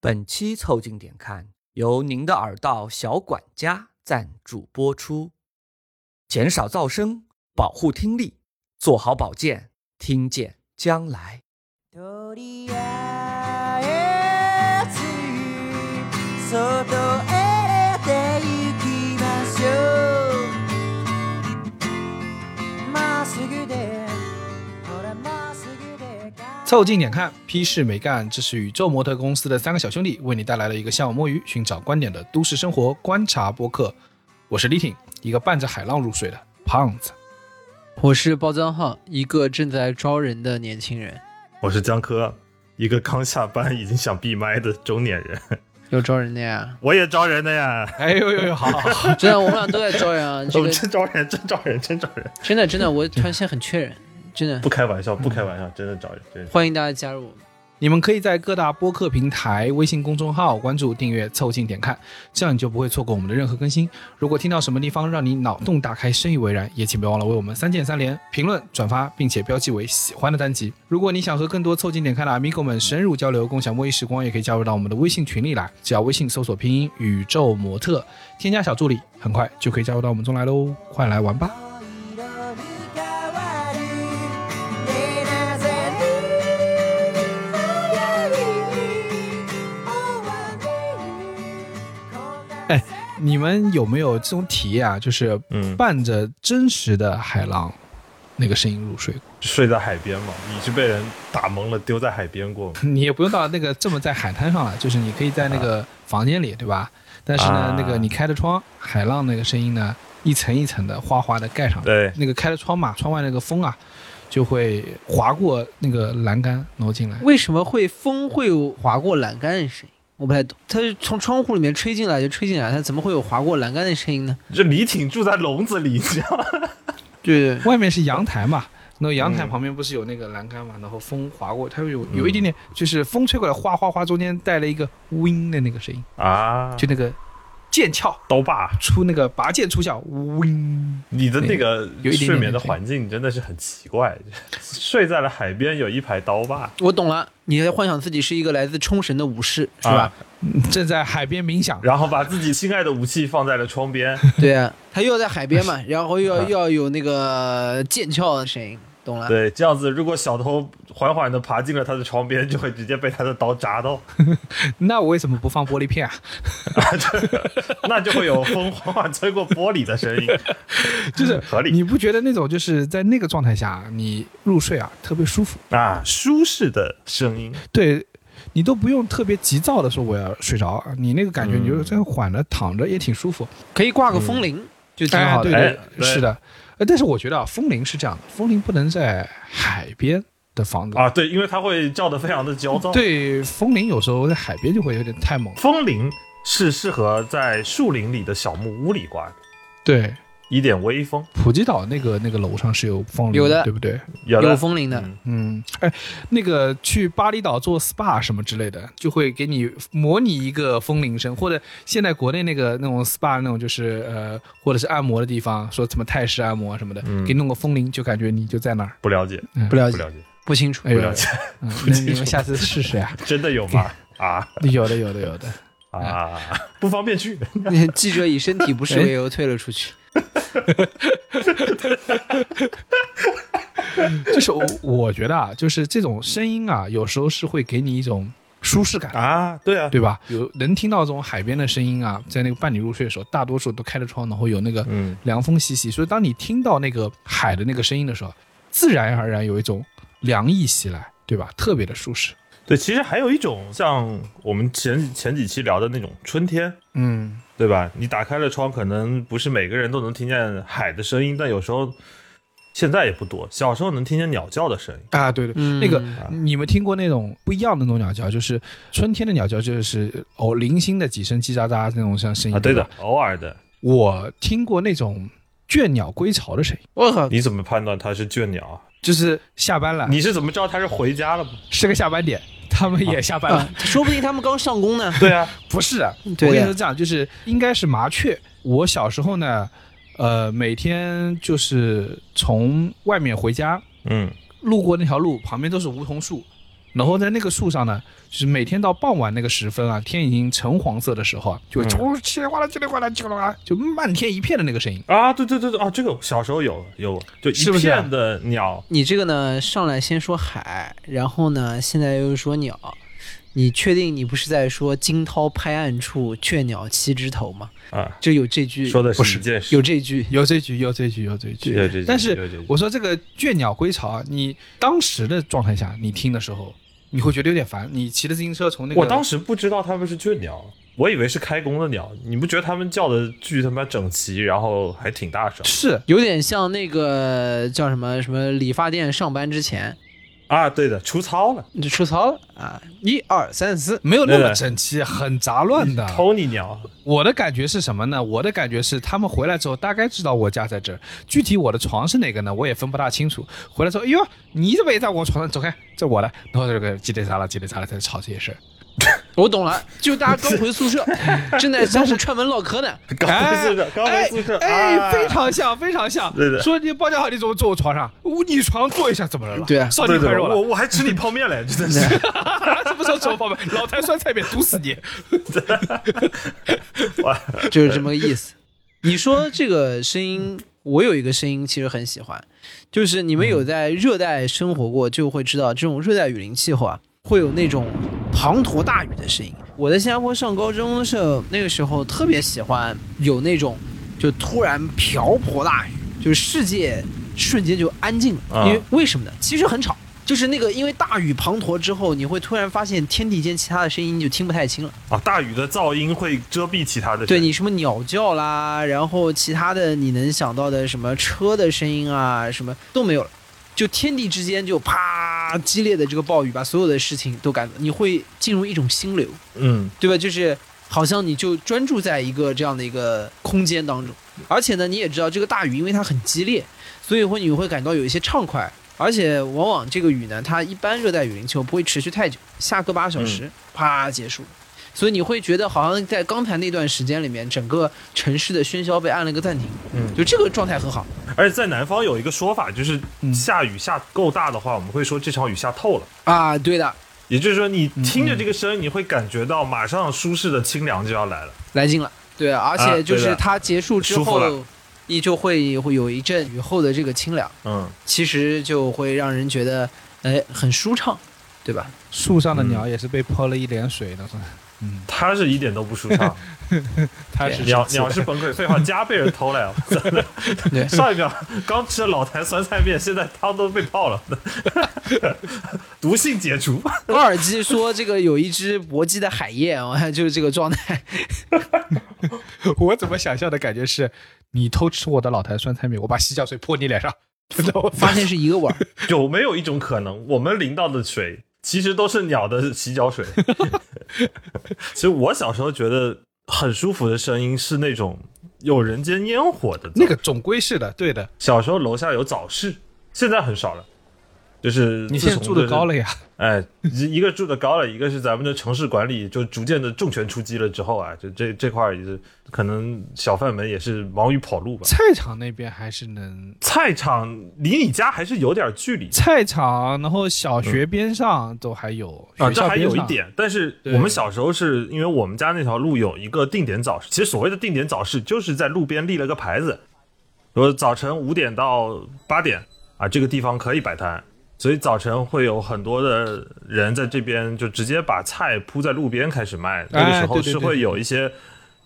本期《凑近点看》由您的耳道小管家赞助播出，减少噪声，保护听力，做好保健，听见将来。とりあえず外へ出て行きましょうまっすぐでほらまっすぐで凑近点看，批示没干。这是宇宙模特公司的三个小兄弟为你带来了一个向往摸鱼、寻找观点的都市生活观察播客。我是李挺，一个伴着海浪入睡的胖子。我是包张浩，一个正在招人的年轻人。我是江科，一个刚下班已经想闭麦的中年人。有招人的 呀？我也招人的呀，哎呦呦呦，好好好，真的，我们俩都在招 人啊！这我个们真招人，真招人，真招人！真的真的，我突然现在很缺人，真的不。开玩笑，不开玩笑，真的招人，真的。欢迎大家加入我们。你们可以在各大播客平台、微信公众号关注、订阅、凑近点看，这样你就不会错过我们的任何更新。如果听到什么地方让你脑洞大开、深以为然，也请别忘了为我们三键三连、评论、转发，并且标记为喜欢的单集。如果你想和更多凑近点看的 amigo 们深入交流、共享摸鱼时光，也可以加入到我们的微信群里来，只要微信搜索拼音“宇宙模特”，添加小助理，很快就可以加入到我们中来喽！快来玩吧！青色に変わるでなぜに終われる哎你们有没有这种体验啊？就是嗯，伴着真实的海浪那个声音入睡过？睡在海边嘛，你是被人打蒙了，丢在海边过吗？你也不用到那个这么在海滩上了，就是你可以在那个房间里，对吧？但是呢，啊那个你开着窗，海浪那个声音呢，一层一层的哗哗的盖上来。对，那个开着窗嘛，窗外那个风啊，就会划过那个栏杆，然后进来。为什么会风会有划过栏杆的声音？我不太懂，它是从窗户里面吹进来就吹进来，它怎么会有划过栏杆的声音呢？这李挺住在笼子里，你知道吗？对对，外面是阳台嘛，那阳台嗯旁边不是有那个栏杆嘛，然后风划过，它会有有一点点，就是风吹过来哗哗哗，中间带了一个 wing 的那个声音，啊，就那个剑鞘刀把，出那个拔剑出鞘，wing。你的那个有一点点睡眠的环境真的是很奇怪，睡在了海边，有一排刀把，我懂了，你在幻想自己是一个来自冲绳的武士，是吧？啊正在海边冥想，然后把自己心爱的武器放在了窗边， 对啊，他又要在海 边嘛，然后又要啊又要有那个剑鞘的声音，懂了？对，这样子，如果小偷缓缓的爬进了他的床边，就会直接被他的刀扎到，那我为什么不放玻璃 片啊？那就会有风缓缓吹过玻璃的声音，嗯就是合理你不觉得那种就是在那个状态下你入睡啊特别舒服？啊，舒适的声音。对，你都不用特别急躁的说我要睡着，你那个感觉嗯你就这样缓着躺着也挺舒服。可以挂个风嗯铃，就挺哎好，对的。对哎，对是的。呃但是我觉得啊，风铃是这样的，风铃不能在海边的房子。啊，对，因为它会叫得非常的焦躁。，对，风铃有时候在海边就会有点太猛了。风铃是适合在树林里的小木屋里挂的，对，一点微风，普吉岛那个那个楼上是有风铃，有的对不对？有的有风铃的，嗯嗯，哎，那个去巴厘岛做 SPA 什么之类的，就会给你模拟一个风铃声，或者现在国内那个那种 SPA 那种就是呃，或者是按摩的地方，说什么泰式按摩什么的，嗯给弄个风铃，就感觉你就在那儿。不了解，不了不解，了解，不清楚哎。不呦了解， 嗯，那你们下次试试呀、 真的有吗？啊有的，有的，有的。啊，不方便去， 记者以身体不适为由退了出去。 就是我我觉得啊，就是这种声音啊，有时候是会给你一种舒适感。啊，对啊，对吧？有能听到这种海边的声音啊，在那个伴你入睡的时候，大多数都开着窗，然后有那个嗯，凉风习习，所以当你听到那个海的那个声音的时候，自然而然有一种凉意袭来，对吧？特别的舒适。对，其实还有一种像我们前前几期聊的那种春天。嗯，对吧？你打开了窗，可能不是每个人都能听见海的声音，但有时候现在也不多。小时候能听见鸟叫的声音，啊，对对，嗯那个你们听过那种不一样的那种鸟叫，就是春天的鸟叫，就是哦零星的几声叽喳喳那种像声音啊，对的吧，偶尔的。我听过那种倦鸟归巢的声音，我靠，你怎么判断它是倦鸟啊？就是下班了，你是怎么知道它是回家了吗？是个下班点，他们也下班了，啊，说不定他们刚上工呢。 对啊， 不是啊，对我跟你的说这样，就是应该是麻雀。我小时候呢，呃，每天就是从外面回家，嗯，路过那条路旁边都是梧桐树，然后在那个树上呢，就是每天到傍晚那个时分啊，天已经橙黄色的时候啊，就会嗯冲稀里哗啦、稀里哗啦、稀里哗啦，就漫天一片的那个声音。啊，对对对对啊，这个小时候有有，就是不一是啊片的鸟，你这个呢，上来先说海，然后呢，现在又说鸟，你确定你不是在说“惊涛拍岸处，雀鸟栖枝头”吗？啊，就有这句，说的不是是一件事。有这句，有这句，有这句，有这句。有这但是有这我说这个倦鸟归巢啊，你当时的状态下，你听的时候，你会觉得有点烦。你骑着自行车从那个，我当时不知道他们是雀鸟，我以为是开工的鸟。你不觉得他们叫的巨他妈整齐，然后还挺大声是有点像那个叫什么什么理发店上班之前，啊？对的，出操了，你就出槽了啊！一二三四，没有那对么的整齐，很杂乱的。偷你鸟我的感觉是什么呢？我的感觉是他们回来之后大概知道我家在这儿，具体我的床是哪个呢？我也分不大清楚。回来之后，哎呦，你怎么也在我床上？走开，这我的。然后这个叽里喳啦叽里喳啦在吵这些事儿。我懂了，就大家刚回宿 舍，正在相互串门唠嗑呢。 刚回宿舍，刚回宿舍，哎，啊哎非常像，非常像。对的说你包间好，你怎么坐我床上？我你床坐一下怎么了？对啊少对女对块对，肉我了。我还吃你泡面嘞，真的是。什么时候吃泡面？老坛酸菜面毒死你！哇就是这么个意思。你说这个声音，我有一个声音其实很喜欢，就是你们有在热带生活过，就会知道这种热带雨林气候啊，会有那种滂沱大雨的声音。我在新加坡上高中的时候，那个时候特别喜欢有那种就突然瓢泼大雨，就是世界瞬间就安静了，啊因为为什么呢？其实很吵。就是那个，因为大雨滂沱之后，你会突然发现天地间其他的声音就听不太清了。啊，大雨的噪音会遮蔽其他的。对你，什么鸟叫啦，然后其他的你能想到的什么车的声音啊，什么都没有了，就天地之间就啪激烈的这个暴雨把所有的事情都赶走，你会进入一种心流，嗯，对吧？就是好像你就专注在一个这样的一个空间当中，而且呢，你也知道这个大雨因为它很激烈，所以会你会感到有一些畅快。而且往往这个雨呢，它一般热带雨林气候不会持续太久，下个八小嗯时，啪结束。所以你会觉得好像在刚才那段时间里面，整个城市的喧嚣被按了个暂停，嗯就这个状态很好。而且在南方有一个说法，就是下雨下够大的话，我们会说这场雨下透了。啊，对的，也就是说，你听着这个声，你会感觉到马上舒适的清凉就要来了。来劲了。对，而啊且对就的是它结束之舒服后，了你就会会有一阵雨后的这个清凉，嗯，其实就会让人觉得哎很舒畅，对 吧？树上的鸟也是被泼了一脸水的，嗯，它是一点都不舒畅。它是鸟生气鸟是崩溃，废话，家被人偷了呀！对上一秒刚吃了老坛酸菜面，现在汤都被泡了， 毒性解除。鄂尔基说这个有一只搏击的海燕啊，就是这个状态。我怎么想象的感觉是，你偷吃我的老坛酸菜面，我把洗脚水泼你脸上，真的，我发现是一个味儿， 有没有一种可能，我们淋到的水其实都是鸟的洗脚水？ 其实我小时候觉得很舒服的声音是那种有人间烟火的 那个总归是的，对的。小时候楼下有早市，现在很少了。就是你现在自从住的就是高了呀，哎，一一个住的高了，一个是咱们的城市管理就逐渐的重拳出击了之后啊，就这这块儿也是可能小贩们也是忙于跑路吧。菜场那边还是能。菜场离你家还是有点距离菜场，然后小学边上都还有，啊，学这校还边有一上，点。但是对我们小时候是因为我们家那条路有一个定点早市，其实所谓的定点早市就是在路边立了个牌子，说早晨五点到八点啊，这个地方可以摆摊。所以早晨会有很多的人在这边就直接把菜铺在路边开始卖，那个时候哎对对是对嗯会有一些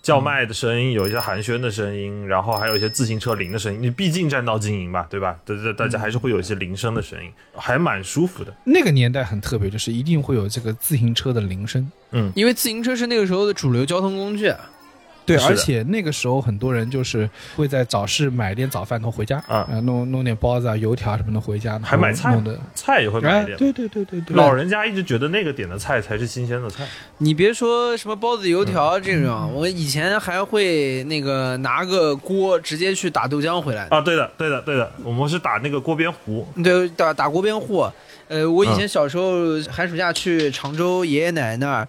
叫卖的声音，有一些寒暄的声音，然后还有一些自行车铃的声音。你毕竟占道经营嘛，对吧？大大大家还是会有一些铃声的声音，还蛮舒服的。那个年代很特别，就是一定会有这个自行车的铃声。 因为自行车是那个时候的主流交通工具啊。对，是的而且那个时候很多人就是会在早市买点早饭，然后回家啊呃弄弄点包子啊、油条什么的回家，还买菜弄的。菜也会买哎一，点，对对对对对，老人家一直觉得那个点的菜才是新鲜的菜，你别说什么包子、油条这种，啊我以前还会那个拿个锅直接去打豆浆回来的。啊！对的，对的，对的，我们是打那个锅边糊，对，打打锅边户。呃，我以前小时候寒暑假去常州爷爷奶奶那儿，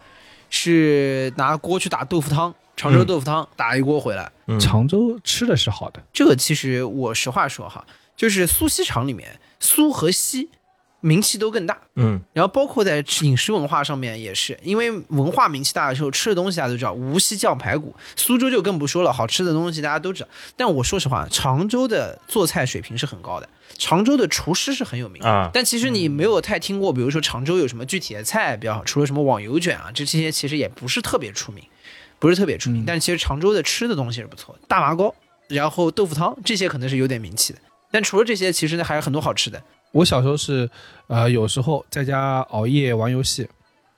是拿锅去打豆腐汤，常州嗯豆腐汤、打一锅回来。嗯常州吃的是好的，这个其实我实话说哈，就是苏锡常里面，苏和西名气都更大。嗯，然后包括在吃饮食文化上面也是，因为文化名气大的时候，吃的东西大家都知道，无锡酱排骨，苏州就更不说了，好吃的东西大家都知道。但我说实话，常州的做菜水平是很高的，常州的厨师是很有名的。啊但其实你没有太听过，比如说常州有什么具体的菜比较好，除了什么网油卷啊，这些其实也不是特别出名，不是特别出嗯名。但其实常州的吃的东西是不错的，大麻糕，然后豆腐汤这些可能是有点名气的。但除了这些，其实呢还有很多好吃的。我小时候是，呃，有时候在家熬夜玩游戏，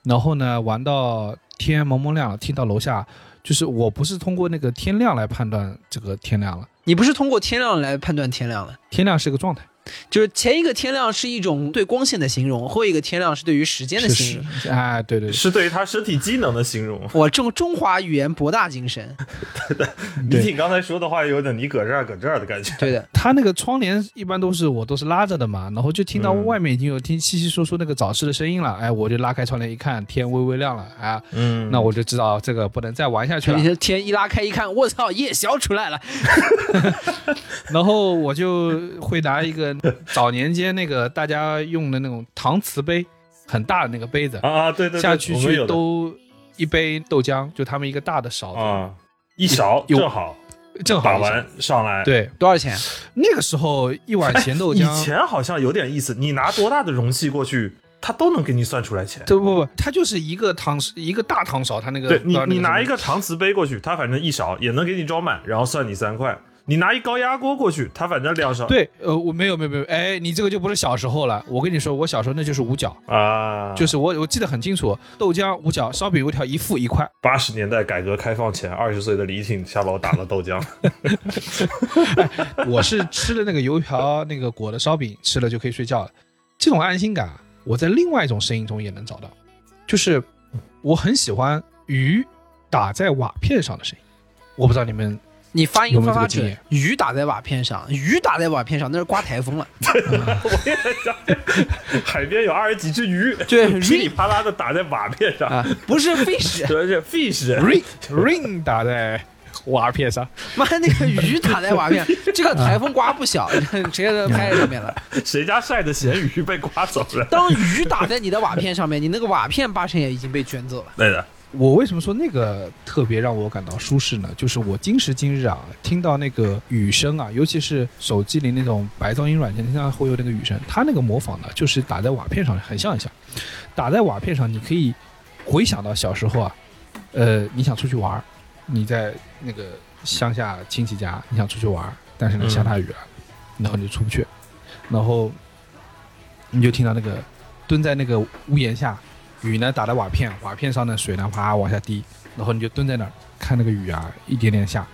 然后呢玩到天蒙蒙亮了，听到楼下就是我不是通过那个天亮来判断这个天亮了，你不是通过天亮来判断天亮的。天亮是个状态，就是前一个天亮是一种对光线的形容，后一个天亮是对于时间的是形容。是，哎，对对对，是对于他身体机能的 形容。我中中华语言博大精深，你挺刚才说的话有点你搁这儿搁这儿的感觉。对的，他那个窗帘一般都是我都是拉着的嘛，然后就听到嗯外面已经有听稀稀疏疏那个早市的声音了，哎，我就拉开窗帘一看，天微微亮了，啊，嗯那我就知道这个不能再玩下 去了你。这天一拉开一看，我操，夜宵出来了，然后我就会拿一个 早年间那个大家用的那种搪瓷杯，很大的那个杯子，啊啊，对对对，下去我们有去的兜一杯豆浆，就他们一个大的勺子，啊，一勺有正好正好把一下。完上来。，哎对，多少钱？那个时候一碗咸豆 以浆，前好像有点意思，你拿多大的容器过去，他都能给你算出来钱。这不不，它就是一个汤一个大汤勺，它那个对你，你拿一个个搪瓷杯过去，他反正一勺也能给你装满，然后算你三块。你拿一高压锅过去，他反正两勺。 对，呃，我没有没有没有，哎，你这个就不是小时候了。我跟你说，我小时候那就是五角，啊，就是我我记得很清楚，豆浆五角，烧饼油条一副一块。八十年代改革开放前，二十岁的李挺下楼打了豆浆。我是吃了那个油条那个裹的烧饼，吃了就可以睡觉了。这种安心感啊，我在另外一种声音中也能找到，就是我很喜欢鱼打在瓦片上的声音。我不知道你们你发音有没发有这发个经准验，雨打在瓦片上，雨打在瓦片上，那是刮台风 了。 我也在想，海边有二十几只鱼，对 噼里啪啦的打在瓦片上，啊，不是 fish，主要是 fish。 ring ring 打在瓦片上，妈那个雨打在瓦 片，这个台风刮不小，直接都拍在上面了。谁家晒的咸鱼被刮走了？当雨打在你的瓦片上面，你那个瓦片八成也已经被卷走了。对的，我为什么说那个特别让我感到舒适呢？就是我今时今日啊，听到那个雨声啊，尤其是手机里那种白噪音软件，它会有那个雨声，它那个模仿呢，就是打在瓦片上，很像很像。打在瓦片上，你可以回想到小时候啊，呃，你想出去玩儿，你在那个乡下亲戚家，你想出去玩儿，但是呢嗯下大雨了，然后你就出不去，然后你就听到那个蹲在那个屋檐下，雨呢打在瓦片，瓦片上的水呢啪往下滴，然后你就蹲在那儿看那个雨啊一点点下，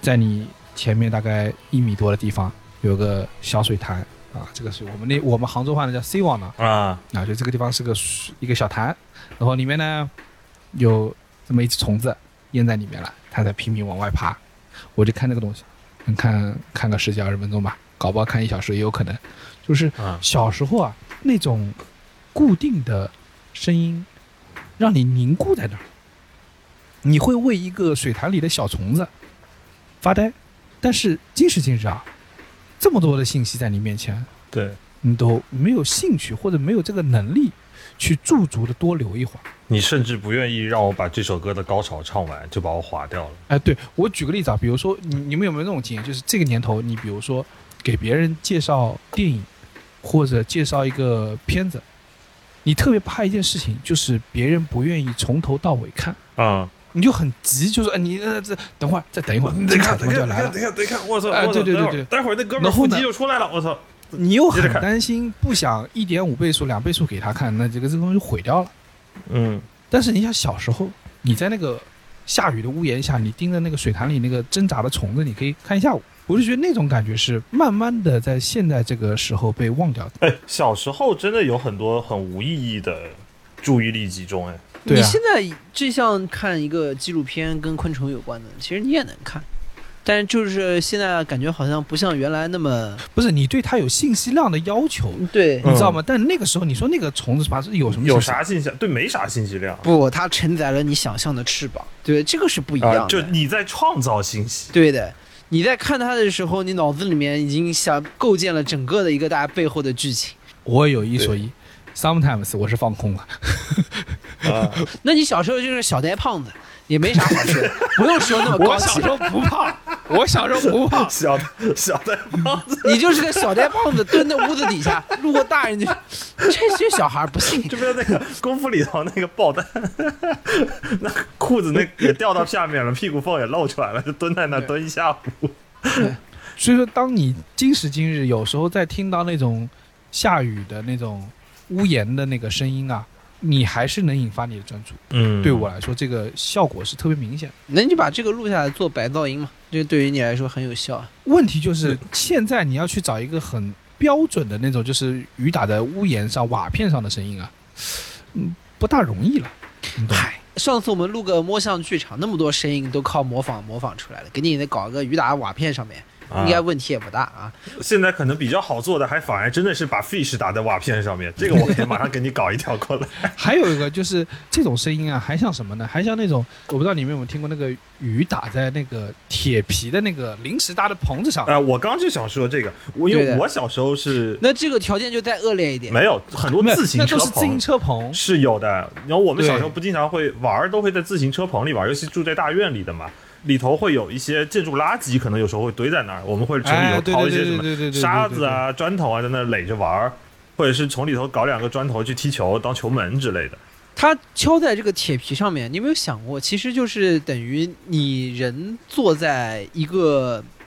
在你前面大概一米多的地方有个小水潭啊，这个是我们那我们杭州话呢叫 C 网呢啊，啊，就这个地方是个水一个小潭，然后里面呢有这么一只虫子淹在里面了，它在拼命往外爬，我就看那个东西，能看看个十几二十分钟吧，搞不好看一小时也有可能，就是啊小时候啊那种固定的声音，让你凝固在那儿，你会为一个水潭里的小虫子发呆，但是今时今日啊，这么多的信息在你面前，对你都没有兴趣或者没有这个能力去驻足的多留一会儿。你甚至不愿意让我把这首歌的高潮唱完，就把我划掉了。哎，对我举个例子啊，比如说你你们有没有那种经验，就是这个年头，你比如说给别人介绍电影或者介绍一个片子，你特别怕一件事情，就是别人不愿意从头到尾看。啊，你就很急，就是哎，你呃，这等会儿，再等一会儿，你这得个看，怎得么就看，得来看，了？得看，得看，我操！哎我操对对对待会儿对待会儿那哥们儿然后腹呢肌就出来了，我操！你又接着很看担心，不想一点五倍速、两倍速给他看，那这个这个东西就毁掉了。嗯，但是你想小时候，你在那个下雨的屋檐下，你盯着那个水潭里那个挣扎的虫子，你可以看一下午。我就觉得那种感觉是慢慢的在现在这个时候被忘掉的。哎，小时候真的有很多很无意义的注意力集中，哎，对你啊现在这像看一个纪录片跟昆虫有关的，其实你也能看，但是就是现在感觉好像不像原来那么不是你对它有信息量的要求，对。你知道吗？但那个时候你说那个虫子吧，是有什么嗯有信息啥信息？对，没啥信息量不，它承载了你想象的翅膀，对，这个是不一样的。啊，就你在创造信 息。，对的，你在看它的时候，你脑子里面已经想构建了整个的一个大家背后的剧情。我有一说一，sometimes 我是放空了。啊，那你小时候就是小呆胖子，也没啥好 说的，不用说那么高我小级时，候不胖，我小时候不胖小小的胖子，你就是个小呆胖子，蹲在屋子底下，路过大人就， 这些小孩不信。就不是那个功夫里头那个爆弹， 那裤子那也掉到下面了，屁股缝也露出来了，就蹲在那蹲一下午。所以说，当你今时今日，有时候在听到那种下雨的那种屋檐的那个声音啊，你还是能引发你的专注。嗯对我来说，这个效果是特别明显的。那你就把这个录下来做白噪音嘛，这对于你来说很有效啊。问题就是，现在你要去找一个很标准的那种，就是雨打在屋檐上、瓦片上的声音啊，嗯，不大容易了。你懂吗？嗨，哎上次我们录个摸象剧场，那么多声音都靠模仿模仿出来了，给你搞个雨打瓦片上面，应该问题也不大啊。现在可能比较好做的，还反而真的是把 fish 打在瓦片上面，这个我可以马上给你搞一条 过来。还有一个就是这种声音啊，还像什么呢？还像那种我不知道你们有没有听过那个雨打在那个铁皮的那个临时搭的棚子上，啊、我刚就想说这个，我因对为的我小时候是那这个条件就再恶劣一点，没有很多没有自行那车都是自行棚。车棚，是有的，然后我们对小时候不经常会玩儿，都会在自行车棚里玩儿，尤其住在大院里的嘛，里头会有一些建筑垃圾，可能有时候会堆在那儿，我们会从里哎头对掏对一些对什么对对对对对沙子啊、砖头啊，在那儿垒着玩儿，或者是从里头搞两个砖头去踢球当球门之类的。它敲在这个铁皮上面，你有没有想过，其实就是等于你人坐在一个嘖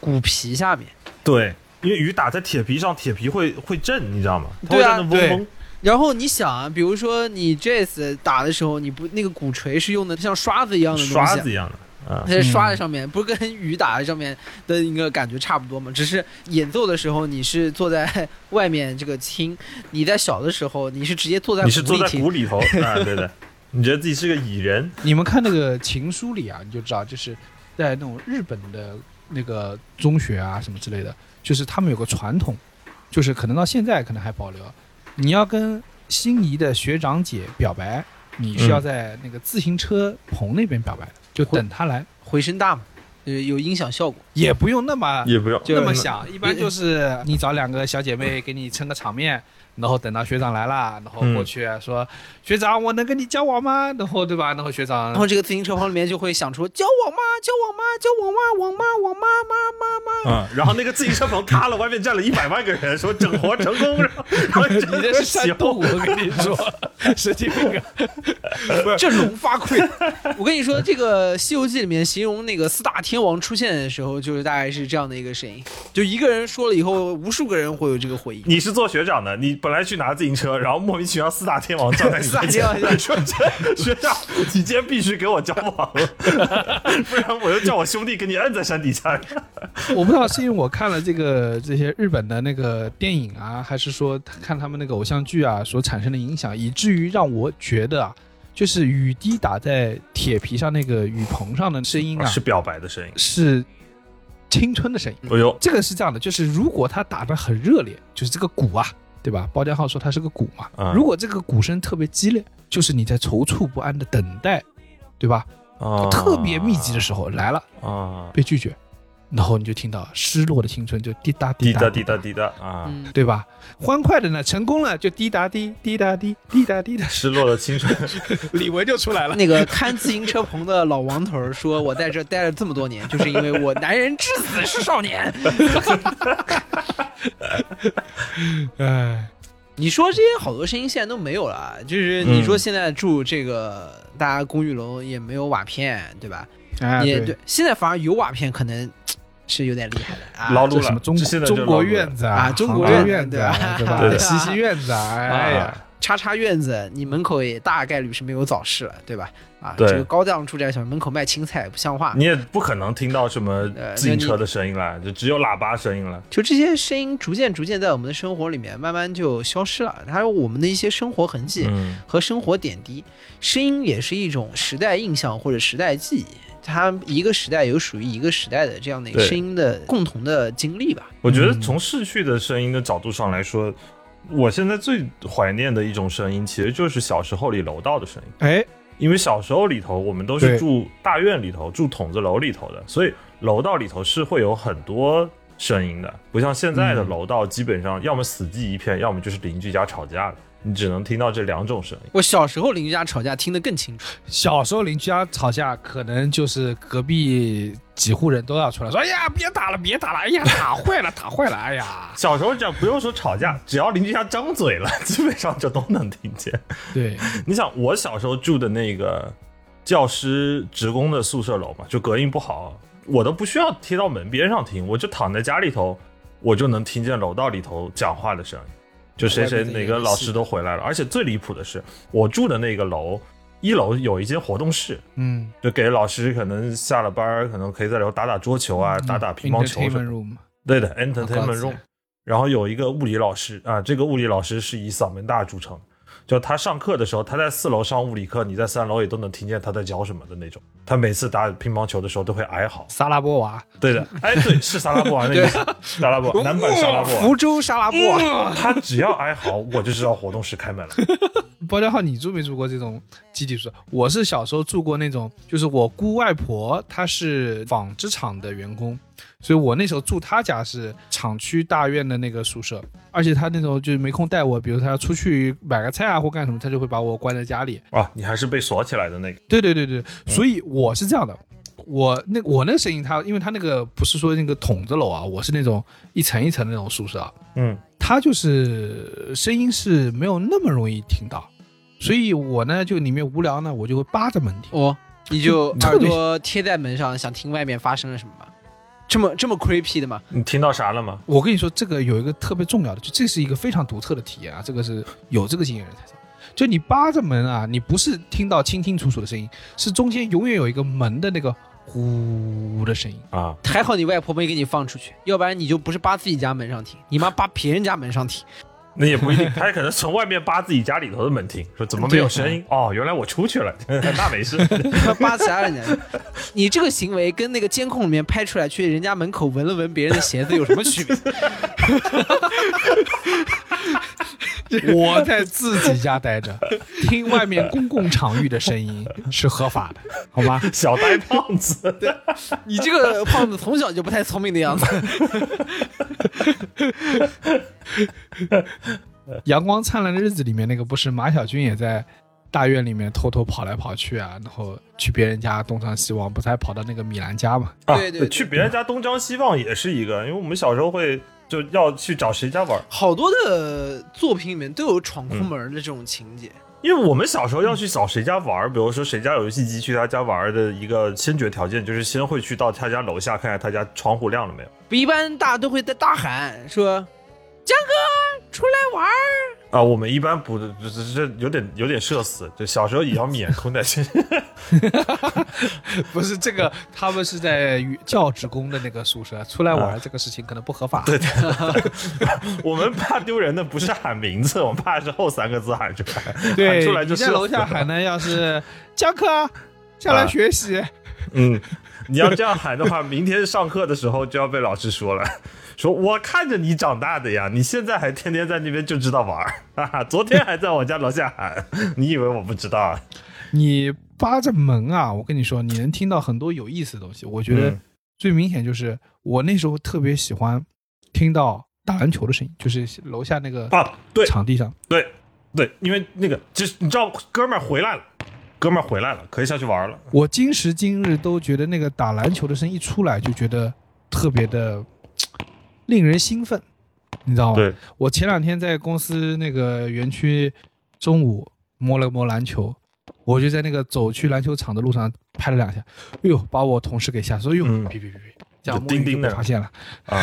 骨皮下面，对，因为雨打在铁皮上，铁皮会会震，你知道吗？它会对在啊那嗡对嗡。然后你想啊，比如说你这次打的时候，你不那个鼓锤是用的像刷子一样的东西，刷子一样的。啊它，是刷在上面，不是跟雨打在上面的一个感觉差不多吗？只是演奏的时候你是坐在外面这个听，你在小的时候你是直接坐在你是鼓坐里在听鼓里头啊，对的，你觉得自己是个蚁人，你们看那个《情书》里啊，你就知道，就是在那种日本的那个中学啊什么之类的，就是他们有个传统，就是可能到现在可能还保留，你要跟心仪的学长姐表白，你是要嗯在那个自行车棚那边表白的，就等他来，回声大嘛，呃，有音响效果。也不用那么也不要啊那么想，一般就是你找两个小姐妹给你撑个场面，然后等到学长来啦，然后过去说、学长，我能跟你交往吗？然后对吧？然后学长然后这个自行车棚里面就会想出交往吗？交往吗？交往吗？往吗？往吗？妈妈妈。嗯，然后那个自行车棚塌了，外面站了一百万个人，说整活成功， 然后然后你这是山 东，我跟你说，神经病啊！振聋发聩， 我跟你说，这个《西游记》里面形容那个四大天王出现的时候，就是大概是这样的一个声音，就一个人说了以后，无数个人会有这个回应。你是做学长的，你本来去拿自行车，然后莫名其妙四大天王站在你四 大面天王前，说这学长，你今天必须给我交往， 不然我就叫我兄弟给你摁在山底下。我不知道是因为我看了这个这些日本的那个电影啊，还是说看他们那个偶像剧啊所产生的影响，以至于让我觉得啊，就是雨滴打在铁皮上那个雨棚上的声音啊，是表白的声音，是青春的声音。哎呦，这个是这样的，就是如果它打得很热烈，就是这个鼓啊，对吧？包家浩说它是个鼓嘛，嗯如果这个鼓声特别激烈，就是你在踌躇不安的等待，对吧？特别密集的时候来了，啊，被拒绝，然后你就听到失落的青春就滴答滴答答滴答，滴答啊。嗯，对吧？欢快的呢，成功了就滴答滴滴答滴滴答 滴的，失落的青春，李玟就出来了。嗯那个看自行车棚的老王头儿说：“我在这儿待了这么多年，就是因为我男人至死是少年。 哎，”你说这些好多声音现在都没有了啊，就是你说现在住这个大家公寓楼也没有瓦片，对吧？啊哎也对，，现在反而有瓦片可能是有点厉害的啊。劳碌这了。什么中这现在就中国劳碌了院子啊，啊中国杭州院院子子啊，对吧？对西西院子啊，哎呀，叉叉院子，你门口也大概率是没有早市了，对吧？啊，对这个高档住宅小区门口卖青菜也不像话。你也不可能听到什么呃自行车的声音了，就只有喇叭声音了。就这些声音逐渐逐渐在我们的生活里面慢慢就消失了，它有我们的一些生活痕迹嗯，和生活点滴。声音也是一种时代印象或者时代记忆，它一个时代有属于一个时代的这样的一个对声音的共同的经历吧。我觉得从逝去的声音的角度上来说，我现在最怀念的一种声音，其实就是小时候里楼道的声音。哎，因为小时候里头，我们都对是住大院里头、住筒子楼里头的，所以楼道里头是会有很多声音的，不像现在的楼道基本上要么死寂一片，要么就是邻居家吵架了，你只能听到这两种声音。，我小时候邻居家吵架听得更清楚，小时候邻居家吵架，可能就是隔壁几户人都要出来说：“哎呀，别打了，别打了！哎呀，打坏了，打坏了！哎呀小时候只要不用说吵架，只要邻居家张嘴了， 基本上就都能听见。对，你想，我小时候住的那个教师职工的宿舍楼嘛，就隔音不好，我都不需要贴到门边上听，我就躺在家里头，我就能听见楼道里头讲话的声音，就谁谁哪个老师都回来了。而且最离谱的是，我住的那个楼一楼有一间活动室，嗯就给老师可能下了班儿可能可以在里头打打桌球啊，打打乒乓球什么嗯，entertainment 的。 room，对的好高，entertainment 级 room。然后有一个物理老师啊，这个物理老师是以嗓门大著称，就他上课的时候，他在四楼上物理课，你在三楼也都能听见他在教什么的那种。他每次打乒乓球的时候都会哀嚎。萨拉波娃，对 的，哎，对，是萨拉布娃那个萨拉布娃，南版萨拉布福娃。州沙拉布啊，他只要哀嚎，我就知道活动室开门了。包家浩，你住没住过这种集体宿舍？我是小时候住过那种，就是我姑外婆她是纺织厂的员工，所以我那时候住她家是厂区大院的那个宿舍，而且她那时候就是没空带我，比如她要出去买个菜啊或干什么，她就会把我关在家里。啊，你还是被锁起来的那个。对对对对，所以我是这样的，我那我那个声音它，因为它那个不是说那个筒子楼啊，我是那种一层一层的那种宿舍啊，嗯，它就是声音是没有那么容易听到，所以我呢就里面无聊呢，我就会扒着门听。哦，你就 特耳别朵贴在门上，想听外面发生了什么吧？这么这么 creepy 的吗？你听到啥了吗？我跟你说，这个有一个特别重要的，就这是一个非常独特的体验啊，这个是有这个经验的人才知道。就你扒着门啊，你不是听到清清楚楚的声音，是中间永远有一个门的那个呼的声音。啊，还好你外婆没给你放出去，要不然你就不是扒自己家门上听，你妈扒别人家门上听。 那也不一定，他可能从外面扒自己家里头的门听，说怎么没有声音？哦，原来我出去了， 那没事。扒其他人家。你这个行为跟那个监控里面拍出来去人家门口闻了闻别人的鞋子有什么区 别？ 我在自己家待着，听外面公共场域的声音是合法的，好吗？ 小呆胖子，你这个胖子从小就不太聪明的样子。 《阳光灿烂的日子》里面那个不是马小军也在大院里面偷偷跑来跑去啊，然后去别人家东张西望，不是还跑到那个米兰家嘛？啊对对对去别人家东张西望也是一个，因为我们小时候会就要去找谁家玩儿，好多的作品里面都有闯空门的这种情节，因为我们小时候要去找谁家玩儿，比如说谁家有游戏机去他家玩儿的一个先决条件就是先会去到他家楼下看看他家窗户亮了没有不一般大家都会在大喊说：“江哥出来玩儿啊。我们一般不这这这有点有点社死，就小时候也要免空的，其实 不是这个，他们是在教职工的那个宿舍出来玩，这个事情可能不合法。 对的， 我们怕丢人的不是喊名字，我们怕是后三个字喊出来，喊对，出来就你是在楼下喊呢，要是江科下来啊学习。嗯，你要这样喊的话，明天上课的时候就要被老师说了， 说我看着你长大的呀，你现在还天天在那边就知道玩儿， 哈哈，昨天还在我家楼下喊， 你以为我不知道啊？你扒着门啊，我跟你说，你能听到很多有意思的东西。我觉得嗯最明显就是我那时候特别喜欢听到打篮球的声音，就是楼下那个啊，对场地上。对对，因为那个就是你知道，哥们儿回来了，哥们儿回来了，可以下去玩了。我今时今日都觉得那个打篮球的声音一出来，就觉得特别的令人兴奋，你知道吗？哦对，我前两天在公司那个园区，中午摸了摸篮球，我就在那个走去篮球场的路上拍了两下，哎呦，把我同事给吓死，哎呦，嗯别别别别，这样就摸鱼叮叮的就被发现了。啊，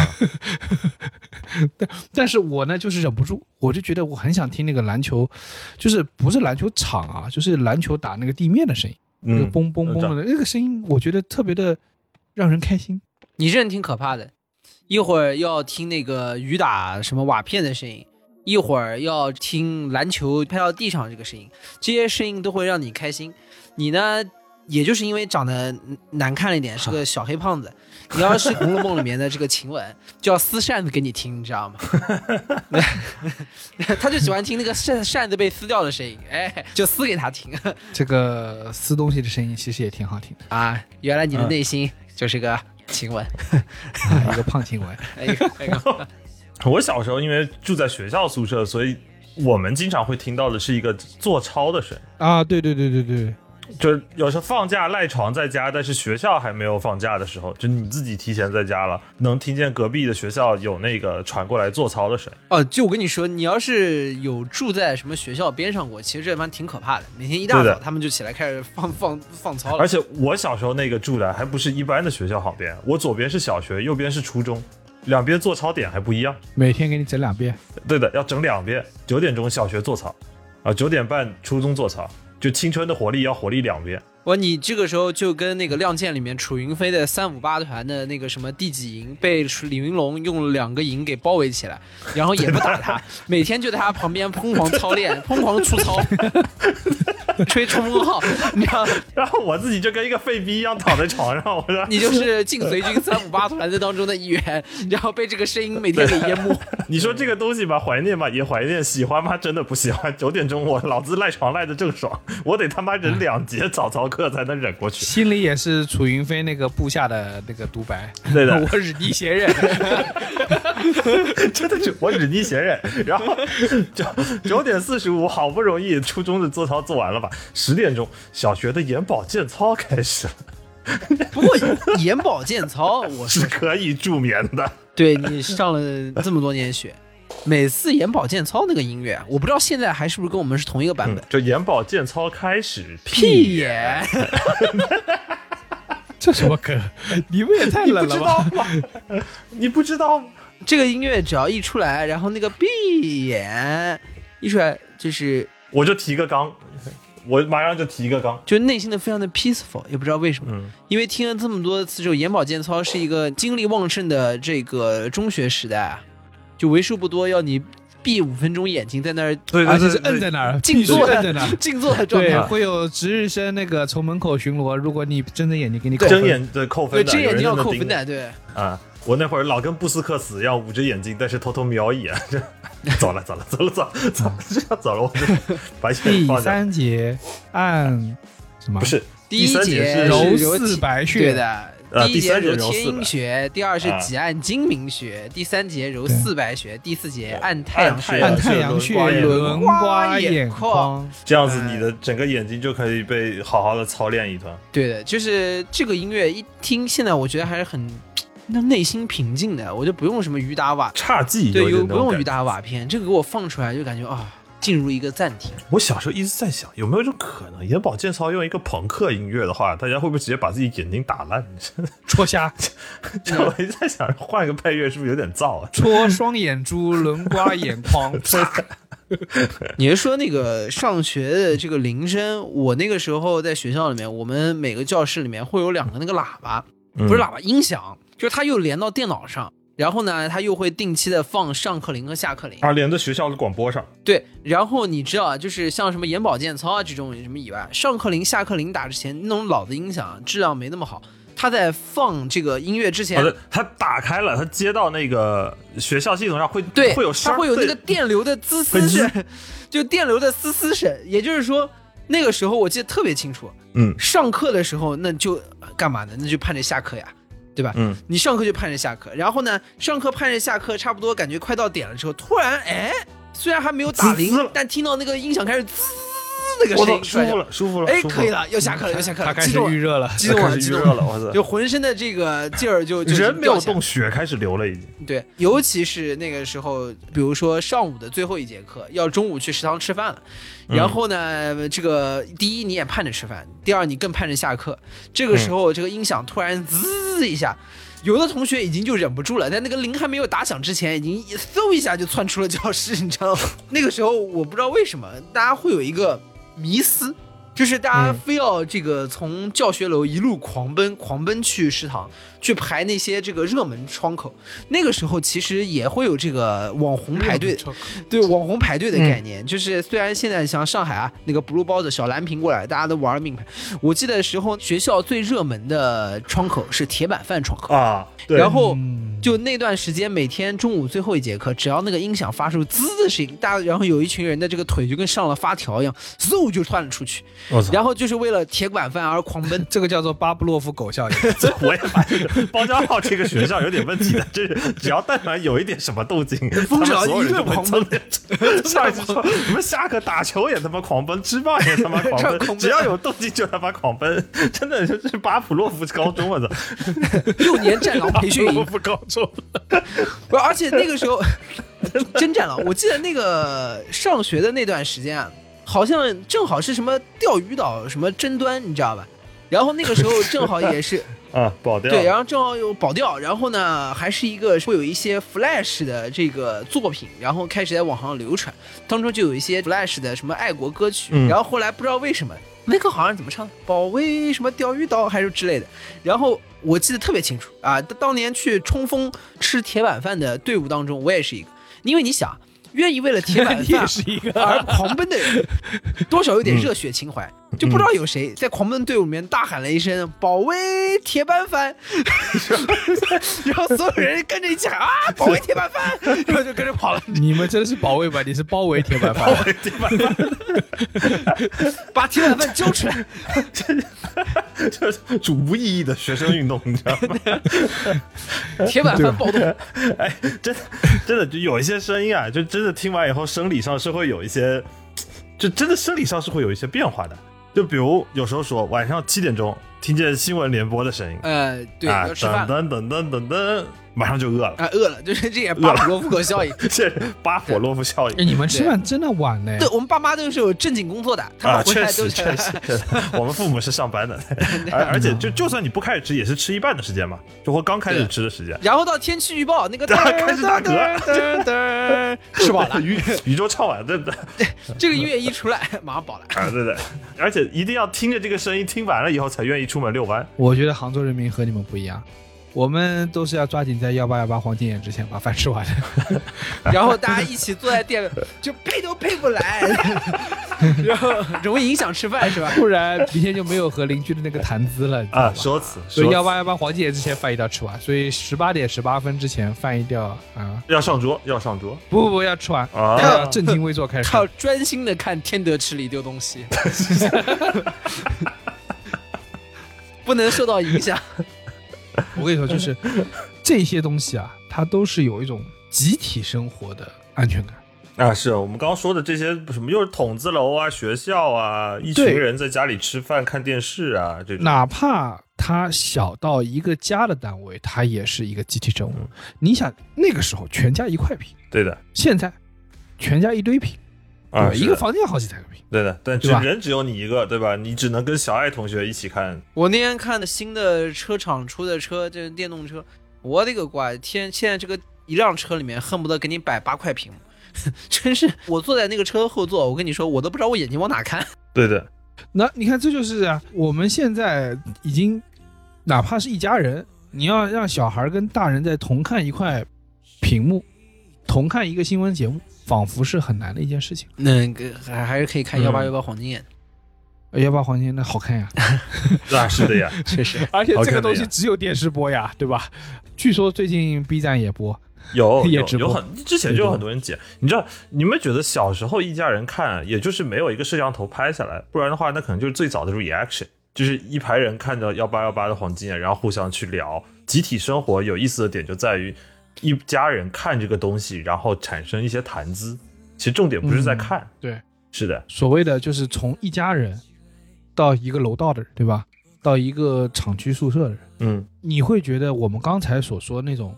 但是我呢，就是忍不住，我就觉得我很想听那个篮球，就是不是篮球场啊，就是篮球打那个地面的声音，那 个嗯，嘣嘣嗯嘣的那个声音，我觉得特别的让人开心。！”你这人挺可怕的，一会儿要听那个雨打什么瓦片的声音，一会儿要听篮球拍到地上这个声音，这些声音都会让你开心。你呢，也就是因为长得难看了一点，是个小黑胖子。你要是《红楼梦》里面的这个晴雯，就要撕扇子给你听，你知道吗？ 他就喜欢听那个扇扇子被撕掉的声音，哎，就撕给他听这个撕东西的声音其实也挺好听的。 嗯啊。原来你的内心就是个晴雯，啊一个胖新闻。哎一 个哎一个我小时候因为住在学校宿舍，所以我们经常会听到的是一个做操的声音，啊，对对对对对，就是有时候放假赖床在家，但是学校还没有放假的时候，就你自己提前在家了，能听见隔壁的学校有那个传过来做操的声音。哦，就我跟你说，你要是有住在什么学校边上过，其实这帮挺可怕的。每天一大对早的他们就起来开始放 放放操了而。且我小时候那个住的还不是一般的学校旁边，我左边是小学，右边是初中，两边做操点还不一样。每天给你整两遍。对的，要整两遍，九点钟小学做操，啊，九点半初中做操，就青春的活力要活力两遍。哇，你这个时候就跟那个《亮剑》里面楚云飞的三五八团的那个什么第几营被楚李云龙用两个营给包围起来，然后也不打 他，每天就在他旁边疯狂操练，疯狂出操，吹冲锋号， 你知道，然后我自己就跟一个废逼一样躺在床上，我说 你就是晋绥军三五八团的当中的一员，然后被这个声音每天给淹没。 你说这个东西吧，怀念吧也怀念，喜欢吧真的不喜欢。九点钟我老子赖床赖的正爽，我得他妈忍两节早操课才能忍过去。心里也是楚云飞那个部下的那个独白，对的， 我忍逆邪刃， 真的是我忍逆闲忍，然 后九九点四十五好不容易初中的做操做完了吧，十点钟小学的眼保健操开始了，不过眼保健操，我是说可以助眠 的。对你上了这么多年学，每次眼保健操那个音乐啊，我不知道现在还是不是跟我们是同一个版本。就眼保健操开始，屁眼，这什么梗？ 你们也太你不冷知了吧道？吗？ 你不知道吗？这个音乐只要一出来，然后那个闭眼一出来，就是我就提个纲，我马上就提个纲。就内心的非常的 peaceful，也不知道为什么。嗯因为听了这么多次之后，眼保健操是一个精力旺盛的这个中学时代啊，就为数不多要你闭五分钟眼睛在那儿对而且啊是摁在那儿，静必须坐摁的。在那儿静坐的状对，态。会有值日生那个从门口巡逻，如果你睁着眼睛给你扣睁分眼对扣分对，的，睁眼睛有要人在那扣分盯的，对。着啊！我那会儿老跟布斯克死一样，捂着眼睛，但是偷偷瞄一眼。这走了，走了，走了，走了，走了，这样走了，我就把眼第放下。三节按什么？不是第一三节节是是揉揉四体白对穴，的，呃第一第节三节揉天揉四阴百穴，第二是啊几按睛明穴，第三节揉对四白穴，第四节按太阳穴。按太阳穴轮刮眼轮刮眼眶。这样子，你的整个眼睛就可以被好好的操练一段。对的，就是这个音乐一听，现在我觉得还是很那内心平静的，我就不用什么于达瓦，差劲，对，有有不用于达瓦片，这个给我放出来就感觉啊，进入一个暂 停。我小时候一直在想，有没有一种可能，眼保健操用一个朋克音乐的话，大家会不会直接把自己眼睛打烂？戳瞎、我一直在想，换个配乐是不是有点燥啊？戳双眼珠、轮刮眼眶。你是说那个上学的这个铃声？我那个时候在学校里面，我们每个教室里面会有两个那个喇叭，不嗯是喇叭音响，就是它又连到电脑上，然后呢，它又会定期的放上课铃和下课铃。啊，连在学校的广播上，对，然后你知道啊，就是像什么眼保健操啊这种什么以外，上课铃、下课铃打之前那种老的音响啊质量没那么好，它在放这个音乐之前好。的，他打开了，他接到那个学校系统上会对，会有它声儿，会有那个对电流的滋会滋滋声， 就电流的嘶嘶声。也就是说，那个时候我记得特别清楚，嗯上课的时候那就干嘛呢？那就盼着下课呀，对吧？嗯，你上课就盼着下课，然后呢，上课盼着下课，差不多感觉快到点了之后，突然哎，虽然还没有打铃滋滋了，但听到那个音响开始滋那个我声操，音出舒来服了，了，舒服了，哎，舒服可以，了，要下课了，要下课他了，开激始动预了，热了，激动开了，始激预动热了，我操，就浑身的这个劲儿就就人没掉有下来动，血开始流了，已经。对，尤其是那个时候，比如说上午的最后一节课，要中午去食堂吃饭了，然后呢，这个第一你也盼着吃饭，第二你更盼着下课。这个时候，这个音响突然滋一下，有的同学已经就忍不住了，在那个铃还没有打响之前，已经嗖一下就窜出了教室，你知道吗？ 那个时候我不知道为什么大家会有一个迷思。就是大家非要这个从教学楼一路狂奔，狂奔去食堂，去排那些这个热门窗口。那个时候其实也会有这个网红排队，对网红排队的概念，就是虽然现在像上海啊，那个 blue 包子、小蓝瓶过来，大家都玩命排。我记得时候学校最热门的窗口是铁板饭窗口，啊，对，然后嗯。就那段时间，每天中午最后一节课，只要那个音响发出滋的声音，大家然后有一群人的这个腿就跟上了发条一样，嗖就窜了出去，我操！然后就是为了铁板饭而狂奔这个叫做巴布洛夫狗效应。这 我也把这个包家浩这个学校有点问题的，就是只要但凡有一点什么 动静，风他只要们所有一人就顿会狂 蹭脸。上一次说你们下课打球也他妈狂奔，吃饭也他 妈狂狂奔奔，只要有动静就他妈狂奔，真的就是巴甫洛夫高中，我操！幼年战狼培训 巴甫洛营，夫高中，不是，而且那个时候真战啊狼，我记得那个上学的那段时间啊，好像正好是什么钓鱼岛什么争端，你知道吧？然后那个时候正好也是。啊，保钓。对，然后正好有保钓，然后呢，还是一个会有一些 Flash 的这个作品，然后开始在网上流传，当中就有一些 Flash 的什么爱国歌曲，嗯然后后来不知道为什么那个好像怎么唱的，保卫什么钓鱼岛还是之类的，然后我记得特别清楚啊，当当年去冲锋吃铁板饭的队伍当中，我也是一个，因为你想。愿意为了铁板饭， 你也是一个而狂奔的人，多少有点热血情怀。嗯就不知道有谁在狂奔队伍里面大喊了一声“保卫铁板饭”， 然后所有人跟着一起喊啊“保卫铁板饭”，然后就跟着跑了， 你们真的是保卫吧？你是包围铁板饭，把铁板饭揪出来。这是主无意义的学生运动，你知道吗？铁板饭暴动， 哎，真的真的就有一些声音啊，就真的听完以后，生理上是会有一些，就真的生理上是会有一些变化的。就比如有时候说晚上七点钟听见新闻联播的声音，呃，对，啊，要吃噔饭了，噔噔噔噔噔，马上就饿了。啊，饿了，就是这也巴甫洛夫狗 效应。这是巴甫洛夫效应 嗯哎你们吃饭真的晚嘞对。我们爸妈都是有正经工作的，他啊，们回确来实都是确实，确实我们父母是上班的，而而且就就算你不开始吃，也是吃一半的时间嘛，就或刚开始吃的时间。 然后到天气预报那个 开始打嗝噔噔噔 噔吃饱了，宇宇宙唱完，对不对？这个音乐一出来 马上饱了。啊， 对对，而且一定要听着这个声音，听完了以后才愿意出门遛弯。我觉得杭州人民和你们不一样，我们都是要抓紧在幺八幺八黄金眼之前把饭 吃完的。 然后大家一起坐在店里，就配都配不 来，然后容易影响吃饭是吧？不然明天就没有和邻居的那个谈资了你知道啊，吧说辞，所说以辞幺八幺八黄金眼之前饭一定要吃完，所以十八点十八分之前饭一定要啊，要上桌，要上桌不不不要吃完，啊要正襟危坐开始靠吃。专心的看天德池里丢东 西，不能受到影响。我跟你说，就是这些东西啊，它都是有一种集体生活的安全感。啊！是我们刚刚说的这些什么，又是筒子楼啊、学校啊，一群对人在家里吃饭、看电视啊，这种。哪怕它小到一个家的单位，它也是一个集体政务。嗯你想那个时候全家一块平，对的现在全家一堆平，对啊，吧一个房房间好几台平。对的，但只对吧人只有你一个，对吧？你只能跟小爱同学一起看。我那天看的新的车厂出的车，就是电动车，我的个乖！天，现在这个一辆车里面恨不得给你摆八块屏幕， 真是！我坐在那个车后座，我跟你说，我都不知道我眼睛往哪看。对的， 那你看，这就是啊，我们现在已经，哪怕是一家人，你要让小孩跟大人在同看一块屏幕，同看一个新闻节目，仿佛是很难的一件事情。那个还还是可以看嗯幺八幺八黄金眼，幺八黄金那好看 呀，那啊是的呀。确实。而且好这个看的东西呀只有电视播呀，对吧？据说最近 B 站也播， 有也有直播有很之前就有很多人剪，你知道你们觉得小时候一家人看，也就是没有一个摄像头拍下来，不然的话，那可能就是最早的 reaction，就是一排人看着幺八幺八的黄金眼，然后互相去聊集体生活。有意思的点就在于一家人看这个东西，然后产生一些谈资。其实重点不是在看，嗯对，是的，所谓的就是从一家人到一个楼道的人，对吧？到一个厂区宿舍的人，嗯，你会觉得我们刚才所说那种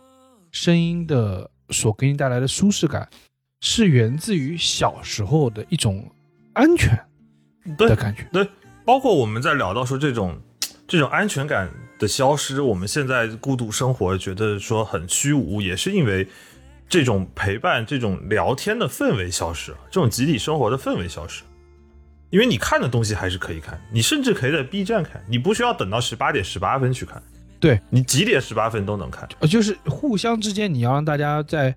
声音的所给你带来的舒适感，是源自于小时候的一种安全对的感觉。对，包括我们在聊到说这种这种安全感的消失，我们现在孤独生活觉得说很虚无，也是因为这种陪伴、这种聊天的氛围消失了，这种集体生活的氛围消失。因为你看的东西还是可以看，你甚至可以在 B 站看，你不需要等到十八点十八分去看，对你几点十八分都能看。呃，就是互相之间，你要让大家在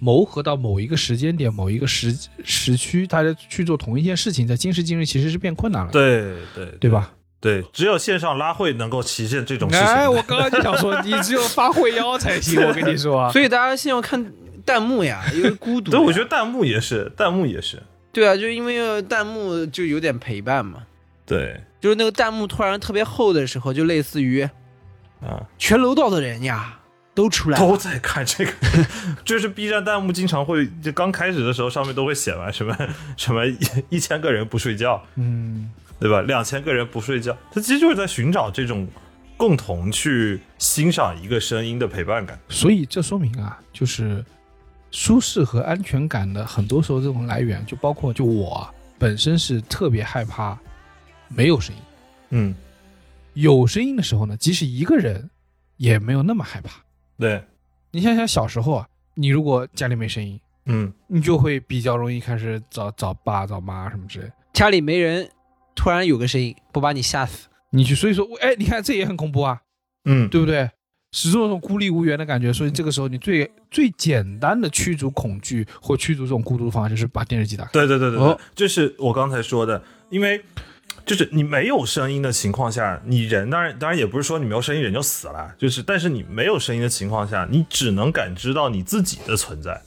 谋合到某一个时间点、某一个时时区，大家去做同一件事情，在今时今日其实是变困难了，对对对吧？对，只有线上拉会能够实现这种事情。哎，我刚刚就想说，你只有发会邀才行，我跟你说。啊所以大家先要看弹幕 呀，因为孤独呀。啊对，我觉得弹幕也是，弹幕也是，对啊，就因为弹幕就有点陪伴嘛，对就是那个弹幕突然特别厚的时候，就类似于啊，全楼道的人呀都出来了， 都在看这个，就是 B 站弹幕经常会，就刚开始的时候上面都会写嘛，什么 什么一一千个人不睡觉，嗯，对吧？两千个人不睡觉，他其实就是在寻找这种共同去欣赏一个声音的陪伴感。所以这说明啊，就是舒适和安全感的很多时候这种来源，就包括就我啊本身是特别害怕没有声音，嗯，有声音的时候呢，即使一个人也没有那么害怕。对，你想想小时候啊，你如果家里没声音，嗯，你就会比较容易开始找找爸找妈什么之类的。家里没人，突然有个声音，不把你吓死。你去，所以说，哎，你看这也很恐怖啊，嗯，对不对？始终有种孤立无援的感觉，所以这个时候你最最简单的驱逐恐惧或驱逐这种孤独的方式，就是把电视机打开。对对对对，对哦就是我刚才说的，因为就是你没有声音的情况下，你人当然当然也不是说你没有声音人就死了，就是但是你没有声音的情况下，你只能感知到你自己的存在，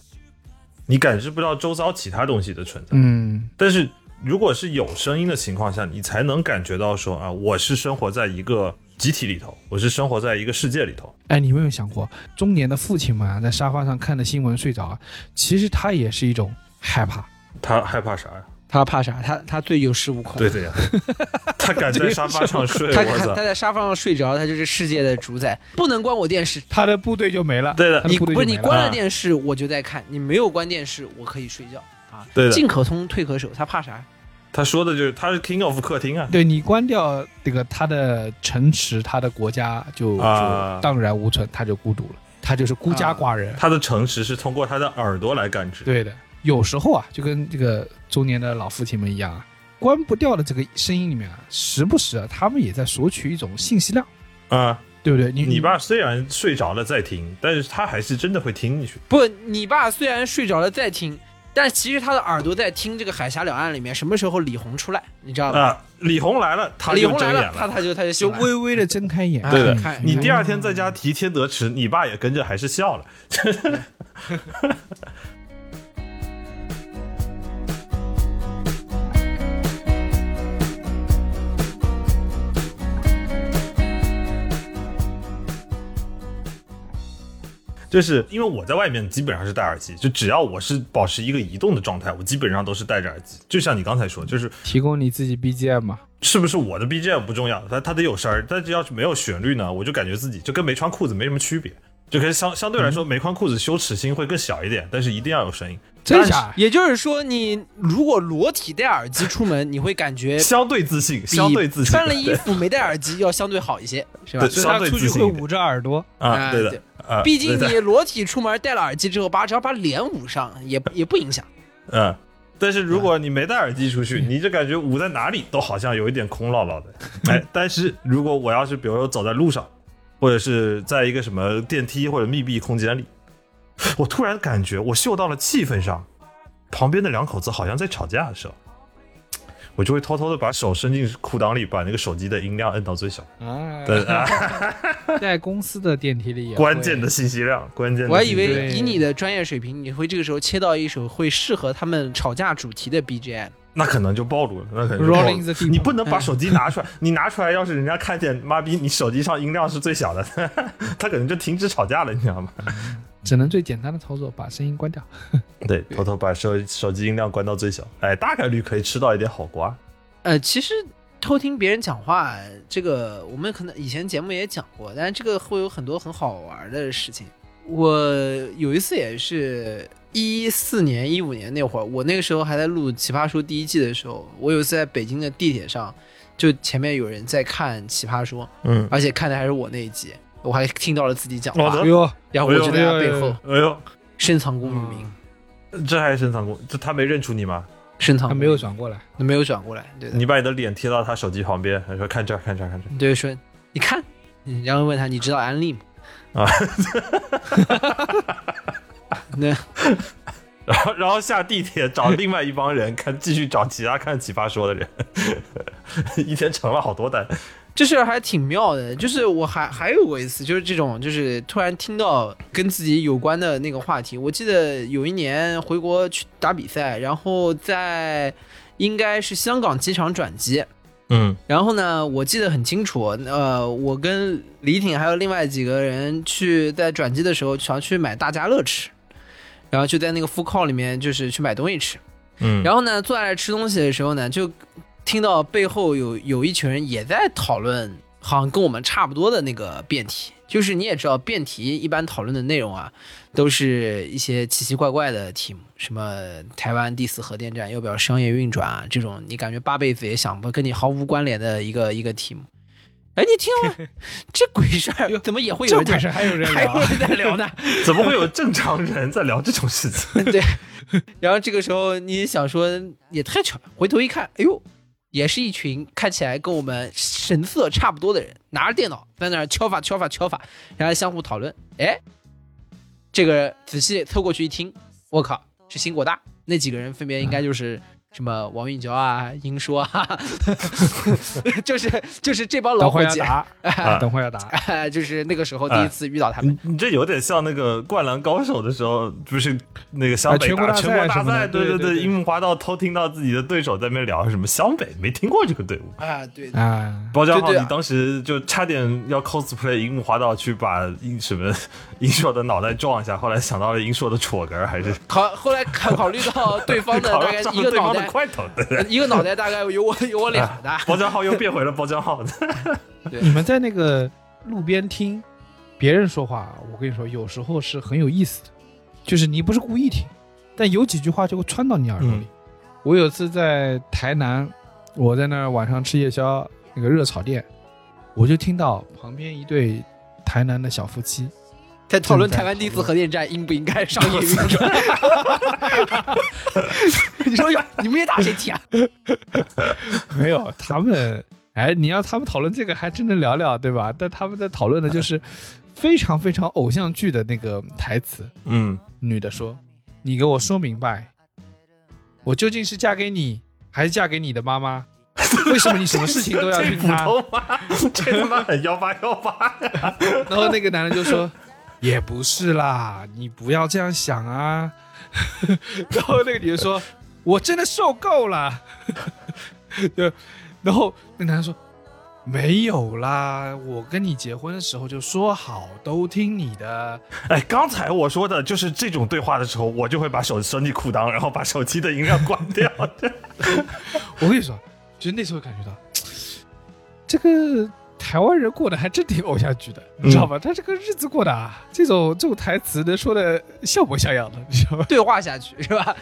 你感知不到周遭其他东西的存在。嗯，但是如果是有声音的情况下，你才能感觉到说啊，我是生活在一个集体里头，我是生活在一个世界里头。哎，你有没有想过，中年的父亲们啊，在沙发上看着新闻睡着啊，其实他也是一种害怕。他害怕啥呀？他怕啥？他他最有恃无恐。对的呀，他敢在沙发上 睡，他我他操他！在沙发上睡着，他就是世界的主宰，不能关我电视。他的部队就没了，对的他你部队不就是没你了关啊了电视，我就在看；你没有关电视，我可以睡觉啊。对的进可通，退可守，他怕啥？他说的就是他是 King of 客厅啊。对你关掉这个他的城池，他的国家就就啊荡然无存，他就孤独了，他就是孤家寡人。他的诚实是通过他的耳朵来感知。，对的，有时候啊，就跟这个中年的老父亲们一样啊，关不掉的这个声音里面啊，时不时啊，他们也在索取一种信息量，啊、对不对？你你爸虽然睡着了在听，但是他还是真的会听进去。不，你爸虽然睡着了在听，但其实他的耳朵在听这个《海峡两岸》里面什么时候李红出来，你知道吧？啊，李红来了，他李就红来睁眼了，他他就他就就醒了。微微的睁开眼，哎对的哎看看你第二天在家提天德池，你爸也跟着还是笑了。 就是因为我在外面基本上是戴耳机，就只要我是保持一个移动的状态，我基本上都是戴着耳机。就像你刚才说，就是提供你自己 BGM 嘛，是不是我的 BGM 不重要，它它得有声儿，但是要是没有旋律呢，我就感觉自己就跟没穿裤子没什么区别，就跟相相对来说嗯没穿裤子羞耻心会更小一点，但是一定要有声音，真但假是？也就是说，你如果裸体戴耳机出门，你会感觉相对自信， 相对自信，呃穿了衣服没戴耳机要相对好一些，是吧对？所以相他对出去自信会一点捂着耳朵，啊，哎对的对，啊，毕竟对的你裸体出门戴了耳机之后，把只要把脸捂上，也也不影响。嗯。但是如果你没戴耳机出去，你就感觉捂在哪里都好像有一点空落落的。哎，但是如果我要是比如说走在路上，或者是在一个什么电梯或者密闭空间里，我突然感觉我嗅到了气氛上，旁边的两口子好像在吵架的时候，我就会偷偷的把手伸进裤裆里，把那个手机的音量摁到最小。啊 对啊，在公司的电梯 里也会，关键的信息量，关键的我还以信息量为以你的专业水平，你会这个时候切到一首会适合他们吵架主题的 BGM。那可能就暴露了，那可能就暴露 Rolling the 嗯了 deep 你不能把手机拿出来，你拿出来，要是人家看见，妈逼，你手机上音量是最小的， 他可能就停止吵架了，你知道吗？只能最简单的操作，把声音关掉。对， 偷偷把手手机音量关到最小，哎，大概率可以吃到一点好瓜。呃，其实偷听别人讲话，这个我们可能以前节目也讲过，但是这个会有很多很好玩的事情。我有一次也是一四年、一五年那会儿，我那个时候还在录《奇葩说》第一季的时候，我有一次在北京的地铁上，就前面有人在看《奇葩说》，嗯，而且看的还是我那一集，我还听到了自己讲我话的，哎呦，然后我就在他背后哎呦，嗯深藏功与名，这还深藏功，这他没认出你吗？深藏他功没有转过来，没有转过来，对的，你把你的脸贴到他手机旁边，他说看这儿，看这儿， 看这对说你看，嗯然后问他你知道 安利吗？儿啊，那然后然后下地铁找另外一帮人看，继续找其他看奇葩说的人， 一天成了好多单。这事儿还挺妙的，就是我还还有过一次，就是这种，就是突然听到跟自己有关的那个话题。我记得有一年回国去打比赛，然后在应该是香港机场转机，嗯然后呢，我记得很清楚，呃，我跟李挺还有另外几个人去在转机的时候想去买大家乐吃，然后就在那个 food court 里面就是去买东西吃。嗯然后呢，坐下来吃东西的时候呢，就听到背后有有一群人也在讨论，好像跟我们差不多的那个辩题。就是你也知道，辩题一般讨论的内容啊，都是一些奇奇怪怪的题目，什么台湾第四核电站要不要商业运转啊，这种你感觉八辈子也想不跟你毫无关联的一个一个题目。哎，你听完这鬼事儿，怎么也会这有人鬼在事还有人还有聊？人在聊呢？怎么会有正常人在聊这种事情？ 对，然后这个时候你想说也太巧了，回头一看，哎呦，也是一群看起来跟我们神色差不多的人，拿着电脑在那儿敲法敲法敲法，然后相互讨论。哎，这个仔细凑过去一听，我靠，是新国大那几个人，分别应该就是。什么王韵脚啊，英说啊， 就是就是这帮老等会伙儿要计，答， 啊等会儿要答。就是那个时候第一次遇到他们。你你这有点像那个《灌篮高手》的时候，不是那个湘北啊全国打大赛全国什大么的赛，对对对对，对樱木花道偷听到自己的对手在那边聊什么湘北，没听过这个队伍。啊，对，啊，包家浩，对对啊你当时就差点要 cosplay 樱木花道去把樱什么 樱硕的脑袋撞一下，后来想到了樱硕的戳根儿，还是考后来考考虑到对方的考大上概上一个对脑方的袋，块头，对对。一个脑袋大概有我 有我俩大。包家浩又变回了包家浩，你们在那个路边听别人说话，我跟你说，有时候是很有意思的，就是你不是故意听，但有几句话就会穿到你耳朵里。嗯我有次在台南，我在那儿晚上吃夜宵，那个热炒店，我就听到旁边一对台南的小夫妻， 在讨论正在台湾第四核电站应不应该商业运转。 你说有你们也打谁踢啊？没有他们，哎，你要他们讨论这个还真能聊聊，对吧？但他们在讨论的就是非常非常偶像剧的那个台词，嗯，女的说：“你给我说明白，我究竟是嫁给你，还是嫁给你的妈 妈？为什么你什么事情都要这听普她通话， 这他妈很幺八幺八。？”然后那个男人就说：“也不是啦，你不要这样想啊。” 然后那个女的说：“我真的受够了。” 就，然后那男人说：“没有啦，我跟你结婚的时候就说好都听你的。”哎，刚才我说的就是这种对话的时候，我就会把手伸进裤裆，然后把手机的音量关掉。 我跟你说，就是那时候感觉到，这个台湾人过得还真挺偶像剧的，你知道吧？他这个日子过的啊，这种这种台词能说的像模像样的，你知道吧？对话下去是吧？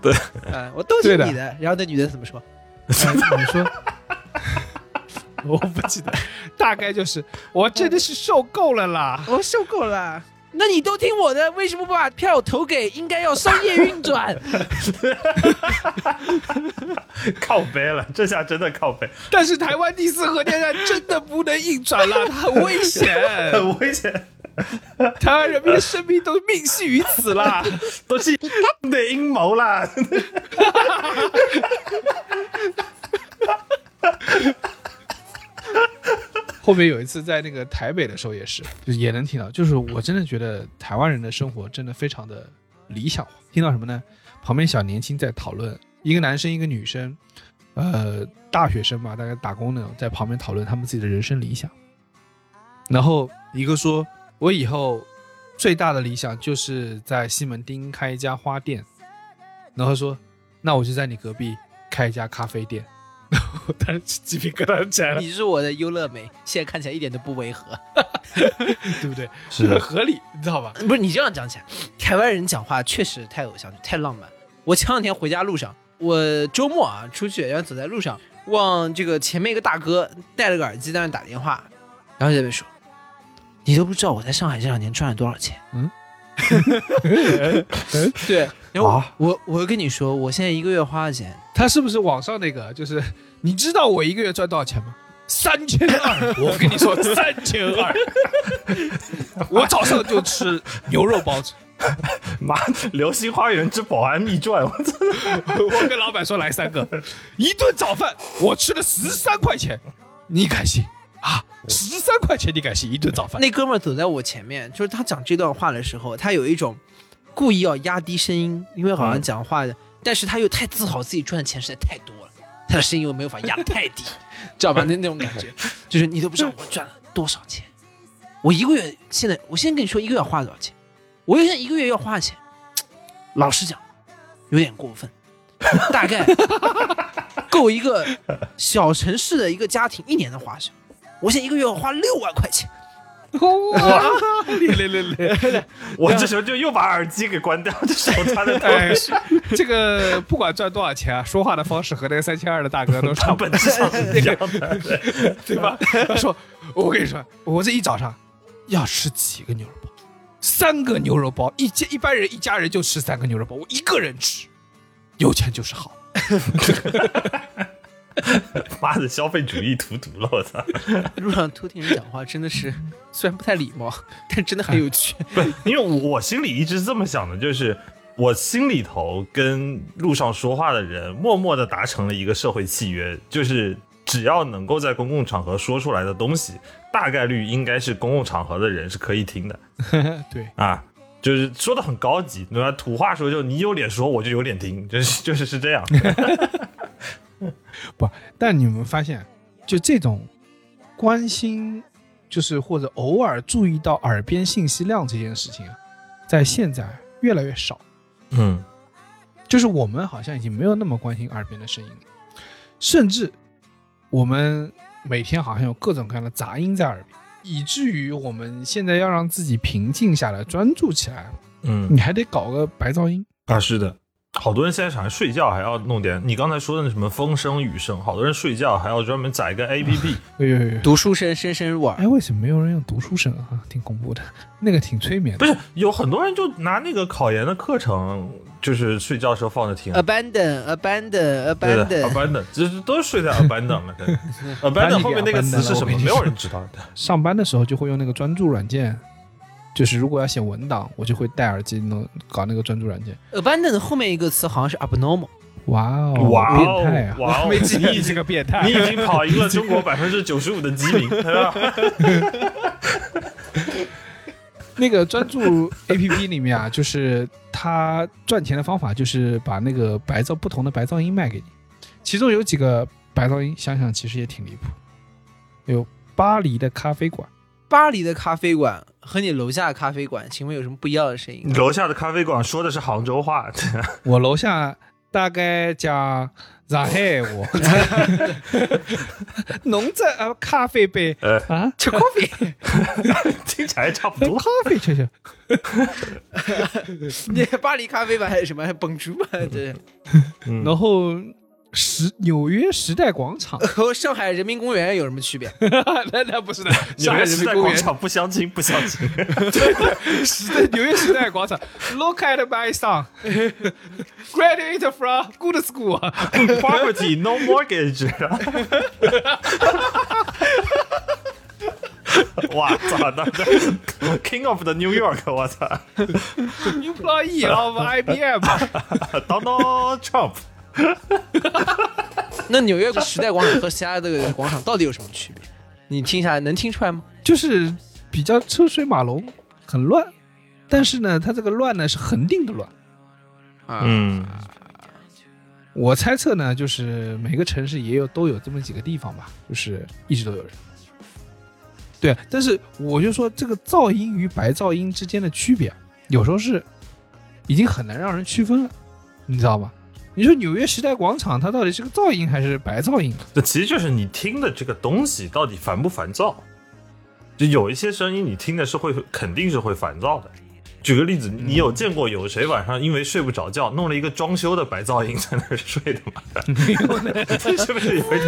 对，嗯，我都听对的你的。然后那女的怎么说？哎你说， 我不记得，大概就是我真的是受够了啦。我哦受够了。啊那你都听我的，为什么不把票投给应该要商业运转？ 靠背了，这下真的靠背，但是台湾第四核电站真的不能运转了，它很危 险，很危险，台湾人民的生命都命系于此 啦。都是你的阴谋啦。后面有一次在那个台北的时候也是，就也能听到，就是我真的觉得台湾人的生活真的非常的理想化。听到什么呢？旁边小年轻在讨论，一个男生一个女生，呃，大学生嘛，大概打工的，在旁边讨论他们自己的人生理想。然后一个说：“我以后最大的理想就是在西门町开一家花店。”然后说：“那我就在你隔壁开一家咖啡店。”然后当时鸡皮疙瘩起来了，你是我的优乐美，现在看起来一点都不违和。对不对？是很 合理，你知道吧？不是你这样讲起来，台湾人讲话确实太偶像剧、太浪漫。我前两天回家路上，我周末啊出去，然后走在路上，望这个前面一个大哥戴了个耳机在那打电话，然后就在那边说：“你都不知道我在上海这两年赚了多少钱。”嗯嗯， 对。然后啊我我跟你说，我现在一个月花的钱，他是不是网上那个？就是你知道我一个月赚多少钱吗？三千二， 我跟你说三千二， 我早上就吃牛肉包 子，妈，《流星花园之保安秘传》，我操！我跟老板说来三个，一顿早饭我吃了十三块钱，你敢信啊？十三块钱你敢信一顿早饭？那哥们儿走在我前面，就是他讲这段话的时候，他有一种故意要压低声音，因为好像讲话的，但是他又太自豪自己赚的钱实在太多了，他的声音又没有法压得太低，知道吧？那那种感觉，就是你都不知道我赚了多少钱，我一个月现在，我先跟你说一个月要花多少钱，我现在一个月要花的钱，老实讲，有点过分，大概够一个小城市的一个家庭一年的花销，我现在一个月要花六万块钱。 哇，嘞嘞嘞嘞！我这时候就又把耳机给关掉，这手插在头哎上，，这个不管赚多少钱啊，说话的方式和那个三千二的大哥都差它不多本，质上是一样的。对吧？他 说，我跟你说，我这一早上要吃几个牛肉包？三个牛肉包，一家一般人一家人就吃三个牛肉包，我一个人吃，有钱就是 好。妈的，消费主义荼毒了，我操！ 路上偷听人讲话真的 是，虽然不太礼貌， 但真的很哎有趣。不，因为我我心里一直是这么想的，就是我心里头跟路上说话的人默默的达成了一个社会契约，就是只要能够在公共场合说出来的东西，大概率应该是公共场合的人是可以听的对，啊。就是说的很高级，对吧？土话说就你有脸说，我就有脸听，就是就是是这样。不，但你们发现，就这种关心，就是或者偶尔注意到耳边信息量这件事情啊，在现在越来越少。 嗯，就是我们好像已经没有那么关心耳边的声音了，甚至我们每天好像有各种各样的杂音在耳边，以至于我们现在要让自己平静下来、专注起来，嗯你还得搞个白噪音。啊，是的，好多人现在想睡觉还要弄点，你刚才说的那什么风声雨声，好多人睡觉还要专门载一个 A P P，哎呦呦呦！读书声深深入耳，哎，为什么没有人用读书声啊？ 挺恐怖的，那个挺催眠的。不是有很多人就拿那个考研的课程，就是睡觉时候放着听。啊 abandon abandon 对的 abandon， ，abandon，就是都是睡在 abandon 了。真的 abandon 呃后面那个词是什么？没有人知道的。 上班的时候就会用那个专注软件，就是如果要写文档，我就会戴耳机弄搞那个专注软件。 abandon 的后面一个词好像是 abnormal，哇哦，哇哦变态啊！哇哦 没记你你这个变态，你已经跑赢了中国百分之九十五的基民，对吧？ 那个专 注 A P P 里面啊，就是它赚钱的方法就是把那个白噪不同的白噪音卖给你，其中有几个白噪音，想想其实也挺离谱，有巴黎的咖啡馆，巴黎的咖啡馆和你楼下的咖啡馆，请问有什么不一样的声音？楼下的咖啡馆说的是杭州话，我楼下大概讲上海 话，浓着啊咖啡杯呃啊，吃 c o f 听起来差不浓多咖。啡吃吃。你巴黎咖啡吧还是什么？还蹦珠啊吧？对，嗯，然后时纽约时代广 场，和上海人民公园有什么区别？那那不是 的，纽约时代广场不相亲，不相亲。时代纽约时代广场，Look at my son, graduate from good school。 Property no mortgage。哇操！那那 King of the New York，我操 Employee of IBM， ，Donald Trump。那纽约时代广场和其他的广场到底有什么区别？你听下来能听出来吗？就是比较车水马龙，很乱。但是呢，它这个乱呢是恒定的乱。啊，嗯，我猜测呢，就是每个城市也有都有这么几个地方吧，就是一直都有人。对，啊但是我就说这个噪音与白噪音之间的区别，啊有时候是已经很难让人区分了，你知道吧？你说纽约时代广场它到底是个噪音还是白噪音？啊这其实就是你听的这个东西到底烦不烦躁。就有一些声音，你听的是会肯定是会烦躁的。举个例子，你有见过有谁晚上因为睡不着觉，弄了一个装修的白噪音在那儿睡的吗？ 是不是有一点？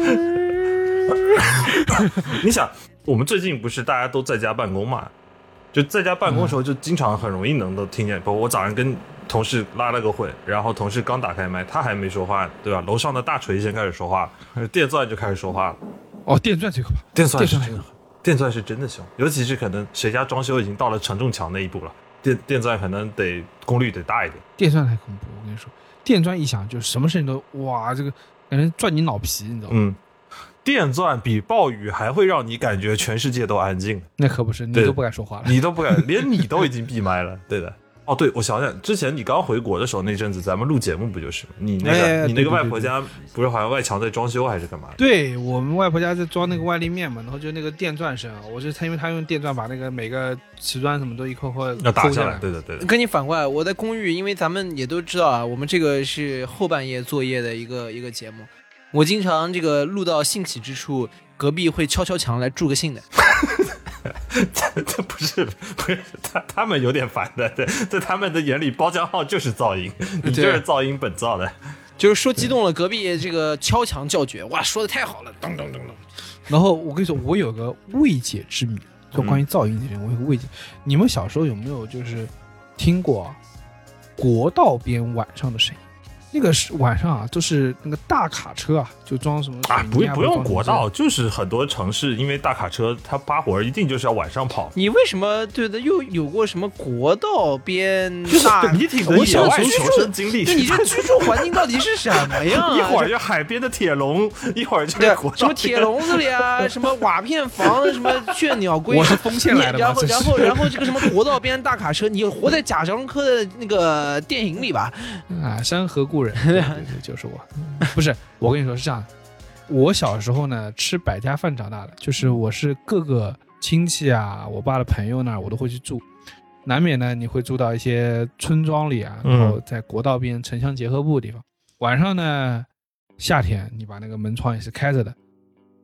你想，我们最近不是大家嗯都在家办公嘛？就在家办公的时候，就经常很容易能够听见。包括我早上跟同事拉了个会，然后同事刚打开麦，他还没说话，对吧？楼上的大锤先开始说 话，电钻就开始说话了。哦，电钻最可怕，电钻是电钻真的，电钻是真的凶，尤其是可能谁家装修已经到了承重墙那一步了，电电钻可能得功率得大一点。电钻太恐怖，我跟你说，电钻一响就什么事情都哇，这个感觉转你脑皮，你知道吗？嗯，电钻比暴雨还会让你感觉全世界都安静，那可不是，你对都不敢说话了。 你都不敢，连你都已经闭麦了。对的。哦，对，我想想，之前你刚回国的时候那阵子，咱们录节目不就是吗你那个、哎哎哎你那对对个外对婆对家不是好像外墙在装修还是干嘛的？对我们外婆家在装那个外立面嘛，然后就那个电钻声，我是他因为他用电钻把那个每个瓷砖什么都一块块要打抠下来，对的对的。跟你反过来，我在公寓，因为咱们也都知道啊，我们这个是后半夜作业的一个一个节目。我经常这个录到兴起之处，隔壁会敲敲墙来助个兴的。这 不是不是他他们有点烦的，对， 在他们的眼里，包浆号就是噪音，你就是噪音本噪啊的。就是说激动了，隔壁这个敲墙叫绝，哇，说的太好了，咚咚咚咚。然后我跟你说，我有个未解之谜，就关于噪音这边，我有个未解。你们小时候有没有就是听过国道边晚上的声音？那个是晚上啊，就是那个大卡车啊，就装什么水啊，泥不啊不用国，装什么之类道，的就是很多城市因为大卡车它扒活儿一定就是要晚上跑，你为什么对的又有过什么国道边就是大？你挺的啊我野想外居求住生，经历就。你这居住环境到底是什么呀？ 一会儿就海边的铁笼，一会儿就对啊是国道什么铁笼子里啊，什么瓦片房，什么雀鸟归。我是丰县来的然吗？后，这然是后，然后这个什么国道边大卡车，你活在贾樟柯的那个电影里吧？啊，山河故人，对对对，就是我。不是，我跟你说是这样的，我小时候呢吃百家饭长大的，就是我是各个亲戚啊，我爸的朋友那儿我都会去住，难免呢你会住到一些村庄里啊，然后在国道边城乡结合部的地方，晚上呢夏天你把那个门窗也是开着的。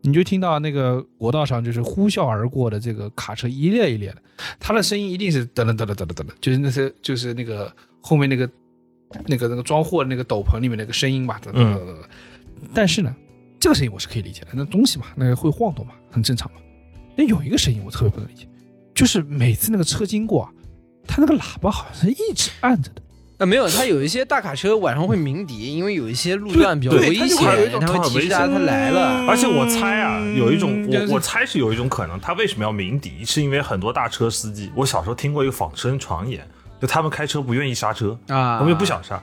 你就听到那个国道上就是呼啸而过的这个卡车一列一列的，它的声音一定是噔噔噔噔噔噔噔，就是那些就是那个后面那个那个那个装货的那个斗篷里面那个声音吧，噔噔噔噔嗯噔。但是呢，这个声音我是可以理解的，那东西嘛，那会晃动嘛，很正常嘛。那有一个声音我特别不能理解，就是每次那个车经过啊，它那个喇叭好像是一直按着的。啊，没有，它有一些大卡车晚上会鸣笛，因为有一些路对段比较对危它险就会有一，种它会很提危示大家它险来了。而且我猜啊，有一种嗯就是我我猜是有一种可能，他为什么要鸣笛，是因为很多大车司机，我小时候听过一个仿生传言，就他们开车不愿意刹车，啊，他们又不想刹，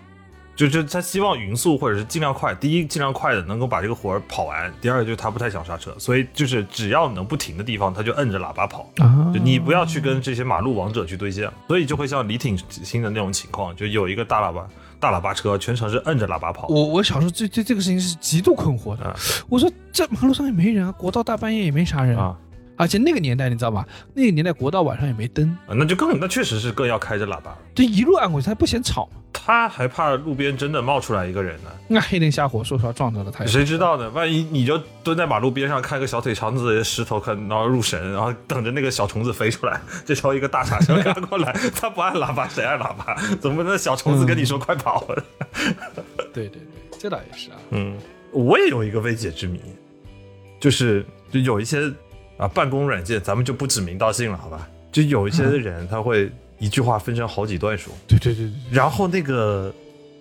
就就他希望匀速或者是尽量快，第一尽量快的能够把这个活儿跑完，第二就是他不太想刹车，所以就是只要能不停的地方，他就摁着喇叭跑。啊就你不要去跟这些马路王者去对线，所以就会像李挺新的那种情况，就有一个大喇叭大喇叭车全程是摁着喇叭跑。我我小时候对对这个事情是极度困惑的。啊我说这马路上也没人啊，国道大半夜也没啥人啊，而且那个年代你知道吧，那个年代国道晚上也没灯，啊那就更那确实是更要开着喇叭。这一路按过去它不嫌吵嘛。他还怕路边真的冒出来一个人呢，那黑灯瞎火，说实话撞着了他也。谁知道呢？万一你就蹲在马路边上看个小腿肠子的石头，看然后入神，然后等着那个小虫子飞出来， 这时候一个大卡车赶过来， 他不按喇叭谁按喇叭？ 怎么那小虫子跟你说快跑？对对对，这倒也是啊。嗯，我也有一个未解之谜，就是就有一些啊办公软件，咱们就不指名道姓了，好吧？就有一些人他会一句话分成好几段说，对对对对对，然后那个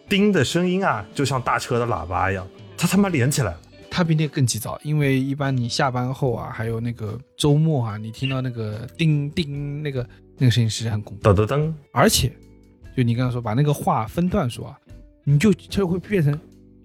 叮的声音啊，就像大车的喇叭一样，它他妈连起来了。它比那个更急躁，因为一般你下班后啊，还有那个周末啊，你听到那个叮叮那个那个声音是很恐怖的。噔噔噔，而且，就你刚才说把那个话分段说啊，你就就会变成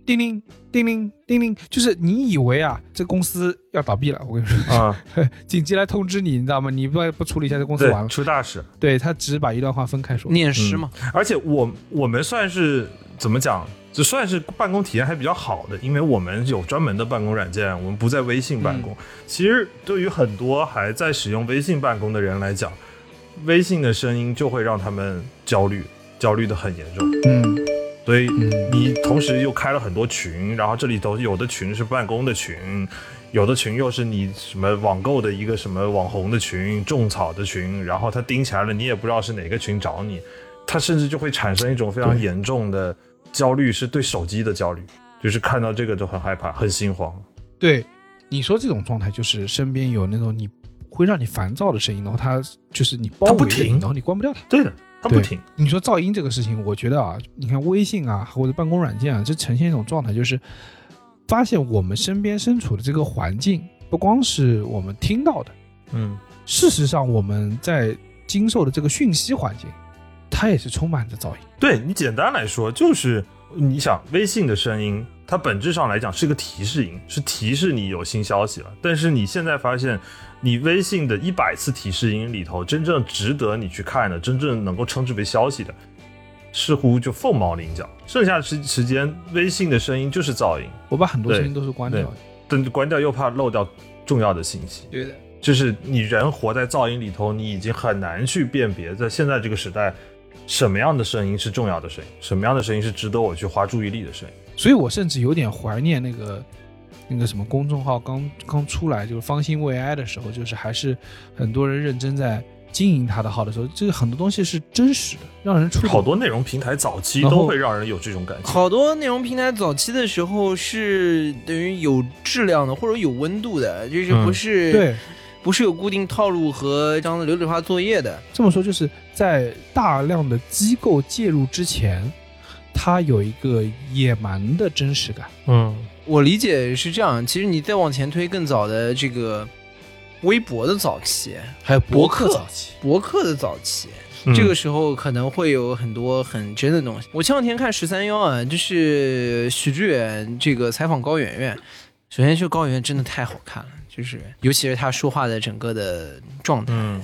叮铃叮铃叮铃，就是你以为啊这公司要倒闭了，我跟你说，啊，紧急来通知你，你知道吗？你不不处理一下这公司对完，了。出大事。对他只把一段话分开说。 念诗嘛，而且我我们算是怎么讲，就算是办公体验还比较好的，因为我们有专门的办公软件，我们不在微信办公。其实对于很多还在使用微信办公的人来讲，微信的声音就会让他们焦虑，焦虑的很严重。嗯所以嗯你同时又开了很多群，然后这里头有的群是办公的群，有的群又是你什么网购的一个什么网红的群、种草的群，然后他盯起来了，你也不知道是哪个群找你，他甚至就会产生一种非常严重的焦虑，是对手机的焦虑，就是看到这个就很害怕、很心慌。对，你说这种状态就是身边有那种你会让你烦躁的声音，然后它就是你包它围不着你停然后你关不掉它。对的，它不停。你说噪音这个事情，我觉得啊，你看微信啊或者办公软件啊，这呈现一种状态，就是发现我们身边身处的这个环境，不光是我们听到的，嗯，事实上我们在经受的这个讯息环境，它也是充满着噪音。对你简单来说，就是你想微信的声音，它本质上来讲是个提示音，是提示你有新消息了。但是你现在发现，你微信的一百次提示音里头，真正值得你去看的，真正能够称之为消息的，似乎就凤毛麟角。剩下的时时间，微信的声音就是噪音，我把很多对声音都是关掉的。但关掉又怕漏掉重要的信息。对的，就是你人活在噪音里头，你已经很难去辨别，在现在这个时代，什么样的声音是重要的声音，什么样的声音是值得我去花注意力的声音。所以我甚至有点怀念那个那个什么公众号刚刚出来，就是方兴未艾的时候，就是还是很多人认真在经营他的号的时候，这个很多东西是真实的，让人触动。好多内容平台早期然后都会让人有这种感觉，好多内容平台早期的时候是等于有质量的或者有温度的，就是嗯不是、对，不是有固定套路和这样的流水化作业的。这么说就是在大量的机构介入之前，它有一个野蛮的真实感。嗯，我理解是这样，其实你再往前推更早的这个微博的早期，还有博客早期，博客的早期，嗯这个时候可能会有很多很真的东西。我前两天看十三幺啊，就是许志远这个采访高圆圆，首先就高圆圆真的太好看了，就是尤其是她说话的整个的状态，嗯，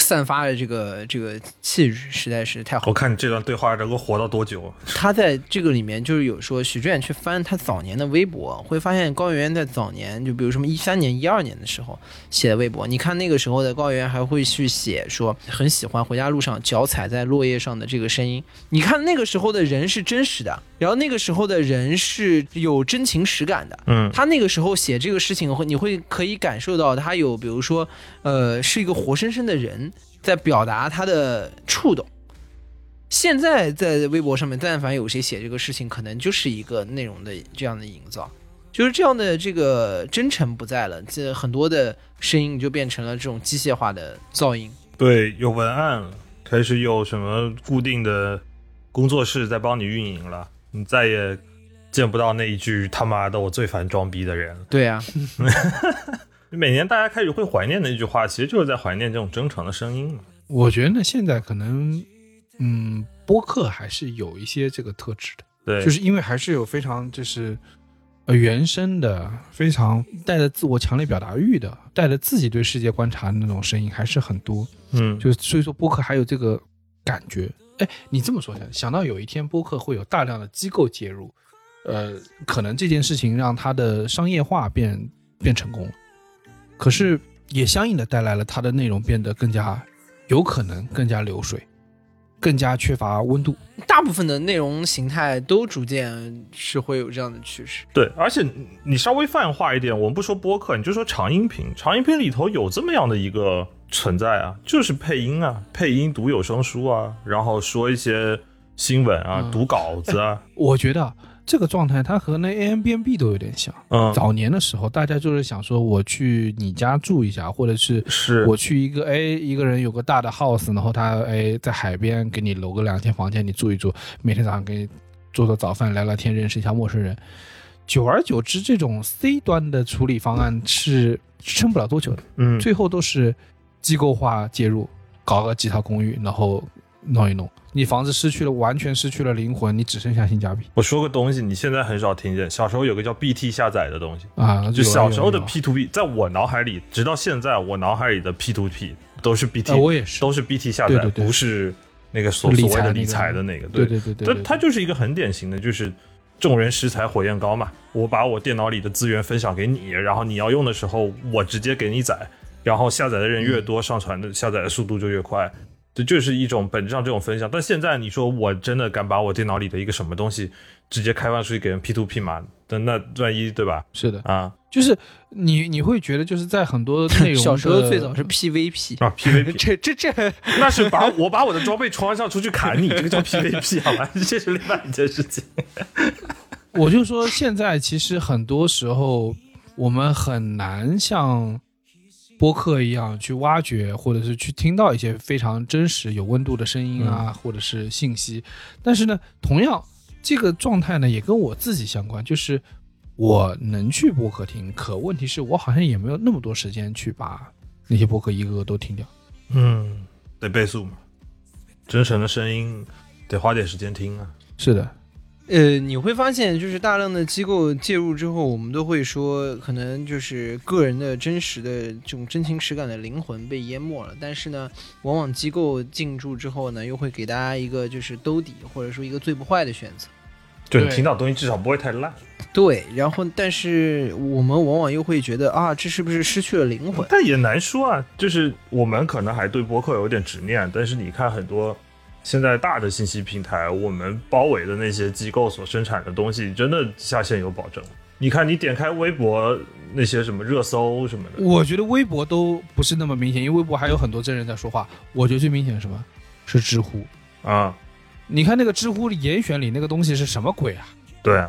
散发的这个这个气质实在是太好我看你这段对话能够活到多久？啊他在这个里面就是有说，许志远去翻他早年的微博，会发现高圆圆在早年，就比如什么一三年、一二年的时候写的微博，你看那个时候的高圆圆还会去写说很喜欢回家路上脚踩在落叶上的这个声音。你看那个时候的人是真实的，然后那个时候的人是有真情实感的。嗯他那个时候写这个事情，会你会可以感受到他有，比如说，呃，是一个活生生的人在表达他的触动。现在在微博上面，但凡有谁写这个事情，可能就是一个内容的这样的营造，就是这样的这个真诚不在了，这很多的声音就变成了这种机械化的噪音。对，有文案了，开始有什么固定的工作室在帮你运营了，你再也见不到那一句他妈的我最烦装逼的人了。对啊， 每年大家开始会怀念的一句话，其实就是在怀念这种真诚的声音嘛。我觉得现在可能，嗯，播客还是有一些这个特质的，对，就是因为还是有非常就是。呃，原生的非常带着自我强烈表达欲的，带着自己对世界观察的那种声音还是很多。嗯，就是所以说播客还有这个感觉。哎，你这么说想想到有一天播客会有大量的机构介入，呃，可能这件事情让它的商业化变变成功了，可是也相应的带来了它的内容变得更加有可能更加流水，更加缺乏温度。大部分的内容形态都逐渐是会有这样的趋势。对，而且你你稍微泛化一点，我们不说播客，你就说长音频，长音频里头有这么样的一个存在啊，就是配音啊，配音读有声书啊，然后说一些新闻啊，嗯读稿子 啊，我觉得啊这个状态它和那 A M B N B 都有点像。嗯，早年的时候，大家就是想说我去你家住一下，或者是是我去一个哎，一个人有个大的 house，然后他哎在海边给你楼个两间房间，你住一住，每天早上给你做做早饭，聊聊天，认识一下陌生人。久而久之，这种 C 端的处理方案是撑不了多久的，嗯，最后都是机构化介入，搞个几套公寓，然后弄一弄，你房子失去了完全失去了灵魂，你只剩下性价比我说个东西，你现在很少听见，小时候有个叫 BT 下载的东西，啊！就小时候的有了 P to P，在我脑海里，直到现在，我脑海里的 P to P 都是 BT，、有了呃我也是，都是 BT 下载，对对对不是那个所理所财谓的那个理财的那个，对对对对对但，它就是一个很典型的，就是众人拾柴火焰高嘛。我把我电脑里的资源分享给你，然后你要用的时候，我直接给你载，然后下载的人越多，上传的下载的速度就越快。这就是一种本质上这种分享。但现在你说我真的敢把我电脑里的一个什么东西直接开放出去给人 P to P 嘛？那那万一对吧？是的，啊就是你你会觉得就是在很 多内容小时候的最早是 PVP，啊 PVP，这这这那是把我把我的装备穿上出去砍你，这个叫 PVP 好吧？这是另外一件事情。我就说，现在其实很多时候我们很难像播客一样去挖掘，或者是去听到一些非常真实、有温度的声音嗯啊，或者是信息。但是呢，同样这个状态呢，也跟我自己相关，就是我能去播客听，可问题是我好像也没有那么多时间去把那些播客一个个都听掉。嗯，得倍速嘛，真诚的声音得花点时间听啊。是的，呃，你会发现，就是大量的机构介入之后，我们都会说，可能就是个人的真实的这种真情实感的灵魂被淹没了。但是呢，往往机构进驻之后呢，又会给大家一个就是兜底，或者说一个最不坏的选择。就你对听到的东西至少不会太烂，对，然后但是我们往往又会觉得啊，这是不是失去了灵魂？但也难说啊。就是我们可能还对播客有点执念，啊但是你看很多现在大的信息平台，我们包围的那些机构所生产的东西，真的下限有保证。你看，你点开微博那些什么热搜什么的，我觉得微博都不是那么明显，因为微博还有很多真人在说话。我觉得最明显是什么？是知乎。啊、你看那个知乎严选里那个东西是什么鬼啊？对啊，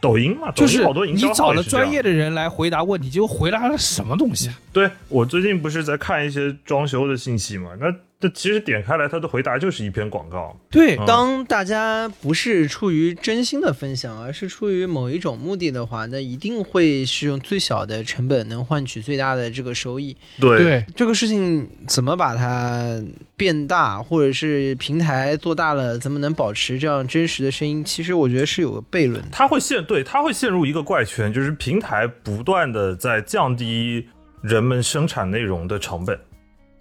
抖音嘛，抖就音是好多营你销找号了也是这样专业的人来回答问题，结果回答了什么东西啊？对我最近不是在看一些装修的信息嘛，那这其实点开来，它的回答就是一篇广告。对嗯当大家不是出于真心的分享，而是出于某一种目的的话，那一定会是用最小的成本能换取最大的这个收益。对对这个事情怎么把它变大，或者是平台做大了，怎么能保持这样真实的声音？其实我觉得是有个悖论的。它会陷对，它会陷入一个怪圈，就是平台不断的在降低人们生产内容的成本，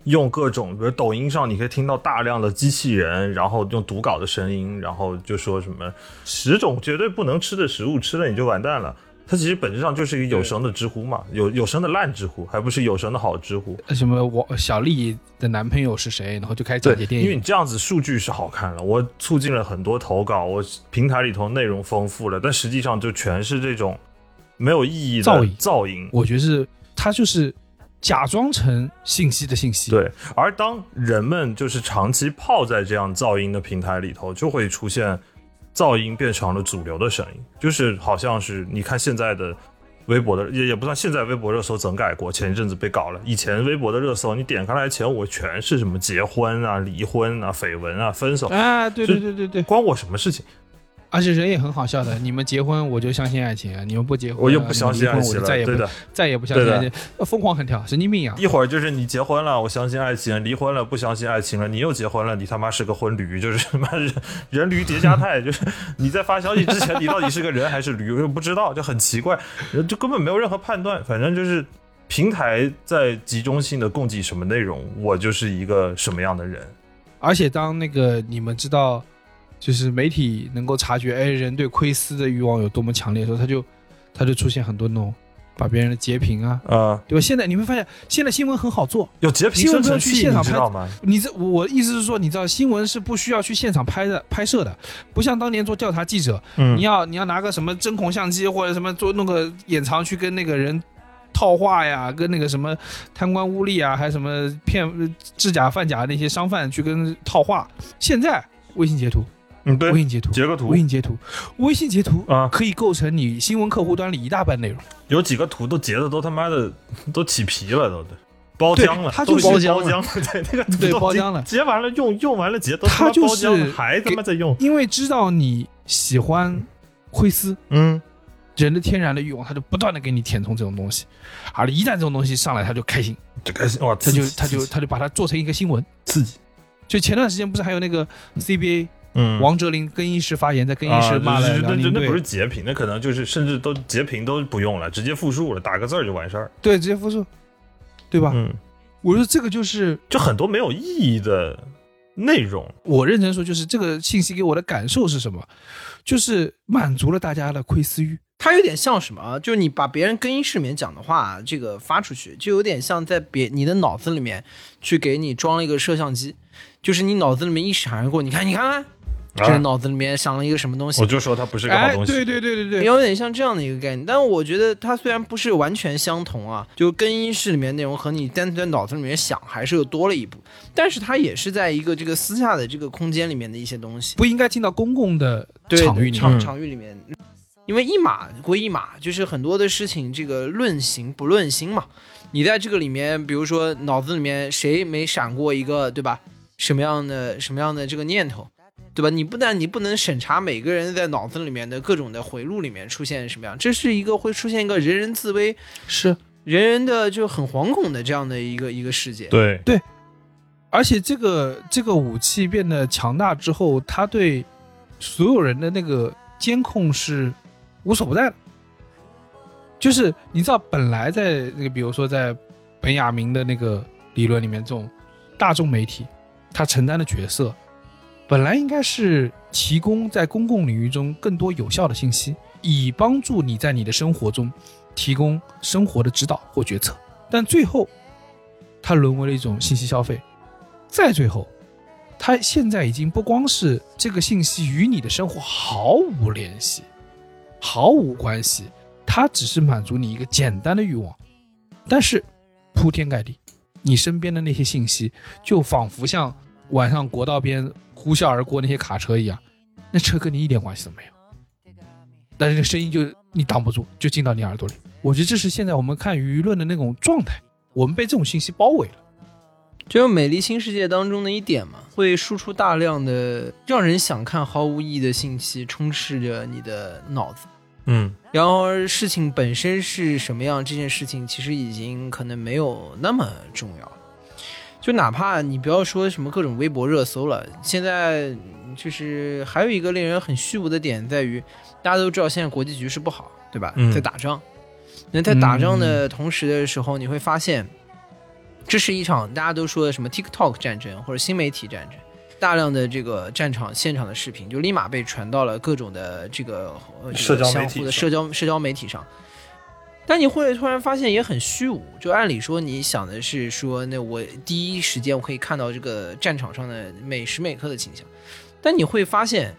用各种，比如抖音上你可以听到大量的机器人，然后用读稿的声音，然后就说什么十种绝对不能吃的食物，吃了你就完蛋了。它其实本质上就是一个有声的知乎嘛，有有声的烂知乎，还不是有声的好知乎。什么我小丽的男朋友是谁？然后就开始对讲解，电因为影你。这样子数据是好看了，我促进了很多投稿，我平台里头内容丰富了，但实际上就全是这种没有意义的噪音噪音。我觉得是他就是假装成信息的信息。，对，而当人们就是长期泡在这样噪音的平台里头，就会出现噪音变成了主流的声音，就是好像是你看现在的微博的也也不算现在微博热搜整改过，前一阵子被搞了。以前微博的热搜，你点开来前五全是什么结婚啊、离婚啊、绯闻啊、分手，啊，对对对对对，关我什么事情？而且人也很好笑的。你们结婚我就相信爱情，啊你们不结婚我又不相信爱呃你们离婚我情就再了，也对不的。再也不相信对的爱情，呃疯狂横跳，神经病啊！一会儿就是你结婚了，我相信爱情；离婚了，不相信爱情了。你又结婚了，你他妈是个婚驴，就是 他妈人人 驴叠加态，就是你在发消息之前，你到底是个人还是驴，我就不知道，就很奇怪，就根本没有任何判断。反正就是平台在集中性的供给什么内容，我就是一个什么样的人。而且当那个你们知道，就是媒体能够察觉，哎，人对窥私的欲望有多么强烈的时候，他就他就出现很多那种把别人的截屏啊，呃，对吧？现在你会发现，现在新闻很好做，有截屏新闻生不要成去器，现你场知拍道吗？你这我意思是说，你知道新闻是不需要去现场拍的拍摄的，不像当年做调查记者，嗯你要你要拿个什么针孔相机或者什么做弄个掩藏去跟那个人套话呀，跟那个什么贪官污吏啊，还什么骗制假贩假那些商贩去跟套话。现在微信截图，嗯，对微，信截图，截个图微信截图，微信截图啊可以构成你新闻客户端里一大半内容。有几个图都截的都他妈的 都起皮了，都包对浆了，它都就是已包经包浆浆了， 对那个图对都包已经浆了截完了用，用完了截都它他妈包就是浆了，还他给妈在用，因为知道你喜欢窥私，嗯，人的天然的欲望，他就不断的给你填充这种东西，而一旦这种东西上来，他就开心，就开始哇，他就刺激他就刺激他就把它做成一个新闻。刺激，就前段时间不是还有那个 CBA 嗯，王哲林更衣室发言，在更衣室啊骂就了是辽那宁那队那不，是截屏，那可能就是甚至都截屏都不用了，直接复述了，打个字儿就完事儿，对，直接复述，对吧？嗯，我说这个就是就很多没有意义的内容，我认真说，就是这个信息给我的感受是什么？就是满足了大家的窥私欲。它有点像什么啊？就是你把别人更衣室里面讲的话，这个发出去，就有点像在别你的脑子里面去给你装了一个摄像机，就是你脑子里面一闪而过，你看，你看看，这个啊脑子里面想了一个什么东西我，就说它不是个好哎，东西，对对对对对，有点像这样的一个概念。但我觉得它虽然不是完全相同啊，就更衣室里面内容和你单纯在脑子里面想还是又多了一步，但是它也是在一个这个私下的这个空间里面的一些东西。不应该进到公共的对场域里面。场场域里面，因为一码归一码，就是很多的事情这个论行不论心嘛。你在这个里面，比如说脑子里面谁没闪过一个，对吧？什么样的什么样的这个念头，对吧？你不但你不能审查每个人在脑子里面的各种的回路里面出现什么样，这是一个会出现一个人人自危、是，人人的就很惶恐的这样的一个一个世界。对，而且这个这个武器变得强大之后，它对所有人的那个监控是无所不在的。就是你知道，本来在那个，比如说在本雅明的那个理论里面，这种大众媒体它承担的角色，本来应该是提供在公共领域中更多有效的信息，以帮助你在你的生活中提供生活的指导或决策。但最后，它沦为了一种信息消费。再最后，它现在已经不光是这个信息与你的生活毫无联系，毫无关系，它只是满足你一个简单的欲望。但是铺天盖地，你身边的那些信息就仿佛像晚上国道边呼啸而过那些卡车一样，那车跟你一点关系都没有，但是那声音就你挡不住，就进到你耳朵里。我觉得这是现在我们看舆论的那种状态，我们被这种信息包围了。就是《美丽新世界》当中的一点嘛，会输出大量的让人想看毫无意义的信息，充斥着你的脑子。嗯，然而，事情本身是什么样，这件事情其实已经可能没有那么重要了。就哪怕你不要说什么各种微博热搜了，现在就是还有一个令人很虚无的点在于，大家都知道现在国际局势不好，对吧？嗯在打仗，那在打仗的同时的时候，你会发现，这是一场大家都说的什么 TikTok 战争或者新媒体战争。大量的这个战场现场的视频，就立马被传到了各种的这个呃这社个交媒相体互的上社交社交媒体上。但你会突然发现也很虚无，就按理说你想的是说，那我第一时间我可以看到这个战场上的每时每刻的景象，但你会发现，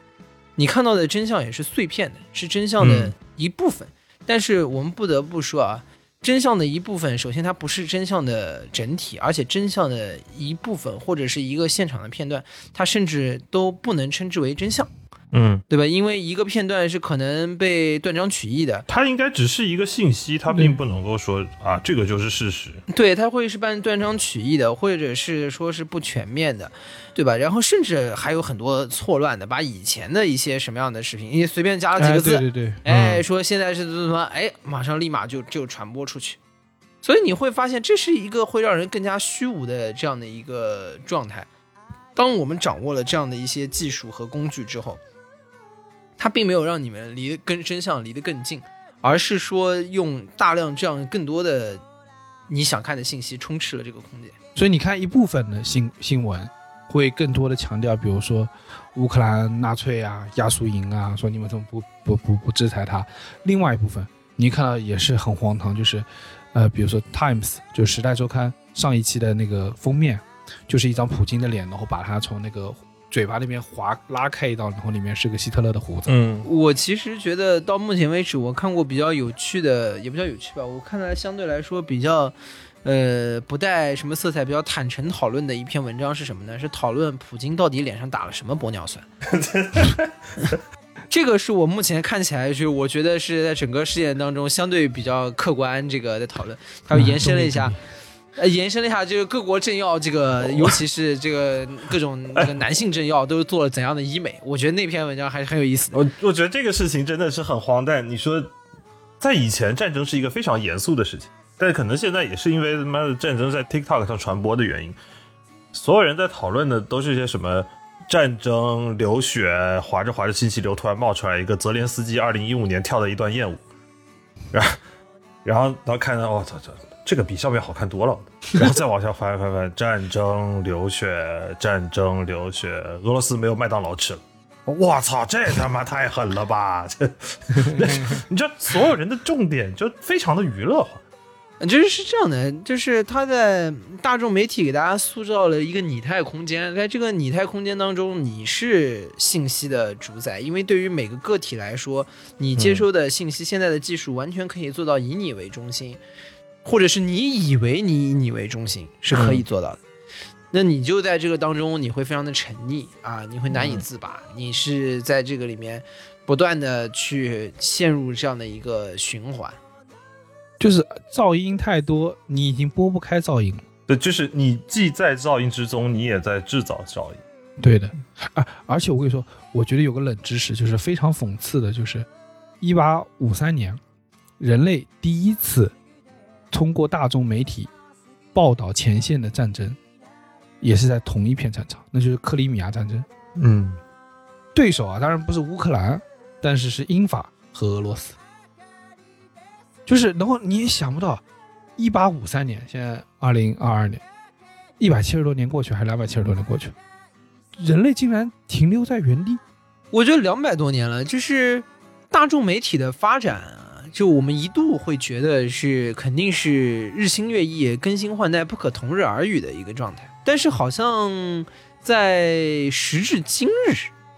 你看到的真相也是碎片的，是真相的嗯一部分。但是我们不得不说啊，真相的一部分，首先它不是真相的整体，而且真相的一部分或者是一个现场的片段，它甚至都不能称之为真相，嗯，对吧？因为一个片段是可能被断章取义的，它应该只是一个信息，它并不能够说啊，这个就是事实。对，它会是半断章取义的，或者是说是不全面的，对吧？然后甚至还有很多错乱的，把以前的一些什么样的视频，你随便加了啊几哎个字，对对嗯对，哎，说现在是怎么怎么，哎，马上立马就就传播出去，所以你会发现这是一个会让人更加虚无的这样的一个状态。当我们掌握了这样的一些技术和工具之后，它并没有让你们离跟真相离得更近，而是说用大量这样更多的你想看的信息充斥了这个空间。所以你看，一部分的新新闻会更多的强调，比如说乌克兰纳粹啊、亚速营啊，说你们怎么不不不不制裁他；另外一部分，你看到也是很荒唐，就是呃，比如说《Times》就《时代周刊》上一期的那个封面，就是一张普京的脸，然后把他从那个嘴巴那边划拉开一道，然后里面是个希特勒的胡子。嗯我其实觉得到目前为止，我看过比较有趣的，也不叫有趣吧，我看来相对来说比较，呃，不带什么色彩，比较坦诚讨论的一篇文章是什么呢？是讨论普京到底脸上打了什么玻尿酸。这个是我目前看起来就是我觉得是在整个事件当中相对比较客观这个的讨论，还有延伸了一下嗯，， 呃，延伸了一下，就是各国政要这个，尤其是这个各种这个男性政要都做了怎样的医美，我觉得那篇文章还是很有意思的。我我觉得这个事情真的是很荒诞。你说，在以前战争是一个非常严肃的事情，但可能现在也是因为他妈的战争在 TikTok 上传播的原因，所有人在讨论的都是些什么战争、流血，划着划着信息流突然冒出来一个泽连斯基二零一五年跳的一段艳舞，然后然后然后看到我操这。这个比上面好看多了，然后再往下翻翻翻，战争流血，战争流血，俄罗斯没有麦当劳吃了。我操，这他妈太狠了吧！ 这，你这所有人的重点就非常的娱乐化。就是是这样的，就是他在大众媒体给大家塑造了一个拟态空间，在这个拟态空间当中，你是信息的主宰，因为对于每个个体来说，你接收的信息，现在的技术完全可以做到以你为中心，或者是你以为你以你为中心是可以做到的。那你就在这个当中，你会非常的沉溺啊，你会难以自拔，你是在这个里面不断的去陷入这样的一个循环。就是噪音太多，你已经拨不开噪音了。对，就是你既在噪音之中，你也在制造噪音。对的，啊，而且我跟你说，我觉得有个冷知识，就是非常讽刺的，就是一八五三年，人类第一次通过大众媒体报道前线的战争，也是在同一片战场，那就是克里米亚战争。嗯，对手啊，当然不是乌克兰，但是是英法和俄罗斯。就是，然后你也想不到，一八五三年，现在二零二二年，一百七十多年过去，还是两百七十多年过去，人类竟然停留在原地。我觉得两百多年了，就是大众媒体的发展啊，就我们一度会觉得是肯定是日新月异、更新换代、不可同日而语的一个状态。但是好像在时至今日，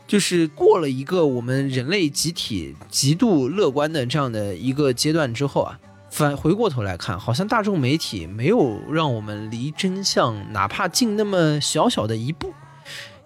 就是过了一个我们人类集体极度乐观的这样的一个阶段之后啊，反回过头来看，好像大众媒体没有让我们离真相哪怕近那么小小的一步，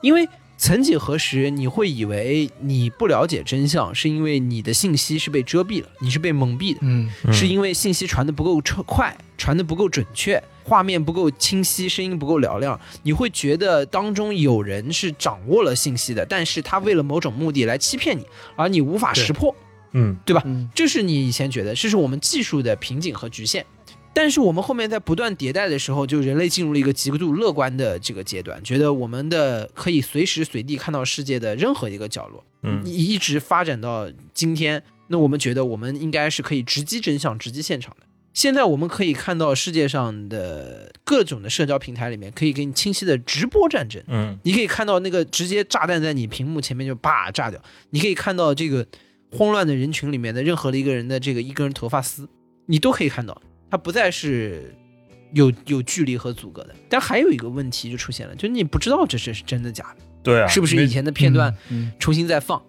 因为曾几何时，你会以为你不了解真相，是因为你的信息是被遮蔽了，你是被蒙蔽的，嗯，是因为信息传的不够彻快，传的不够准确，画面不够清晰，声音不够嘹亮。你会觉得当中有人是掌握了信息的，但是他为了某种目的来欺骗你，而你无法识破。嗯，嗯这是你以前觉得，这是我们技术的瓶颈和局限。但是我们后面在不断迭代的时候，就人类进入了一个极度乐观的这个阶段，觉得我们的可以随时随地看到世界的任何一个角落。嗯你一直发展到今天，那我们觉得我们应该是可以直击真相、直击现场的。现在我们可以看到世界上的各种的社交平台里面，可以给你清晰的直播战争。嗯，你可以看到那个直接炸弹在你屏幕前面就啪炸掉，你可以看到这个慌乱的人群里面的任何的一个人的这个一根头发丝，你都可以看到，它不再是有有距离和阻隔的。但还有一个问题就出现了，就是你不知道这是是真的假的，对啊，是不是没以前的片段嗯，重新再放，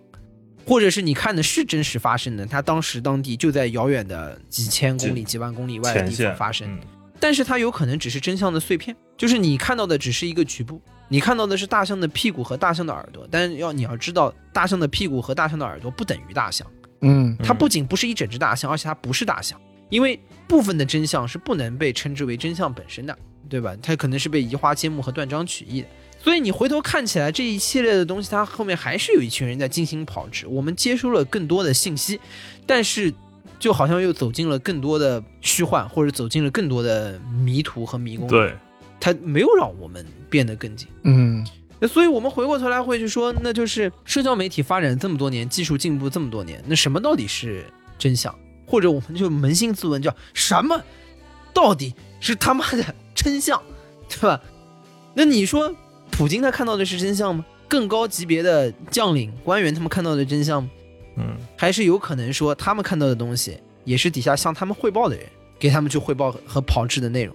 或者是你看的是真实发生的，它当时当地就在遥远的几千公里、几万公里以外的前地线方发生。嗯但是它有可能只是真相的碎片，就是你看到的只是一个局部，你看到的是大象的屁股和大象的耳朵，但是要你要知道，大象的屁股和大象的耳朵不等于大象，嗯它不仅不是一整只大象，而且它不是大象，因为部分的真相是不能被称之为真相本身的，对吧？它可能是被移花接木和断章取义的。所以你回头看起来这一系列的东西，它后面还是有一群人在进行炮制。我们接收了更多的信息，但是就好像又走进了更多的虚幻，或者走进了更多的迷途和迷宫。，嗯对，它没有让我们变得更进。嗯那所以我们回过头来会去说，那就是社交媒体发展这么多年，技术进步这么多年，那什么到底是真相？或者我们就扪心自问，叫什么到底是他妈的真相， 对吧？那你说普京他看到的是真相吗？更高级别的将领、官员他们看到的真相吗？嗯，还是有可能说他们看到的东西也是底下向他们汇报的人给他们去汇报和炮制的内容。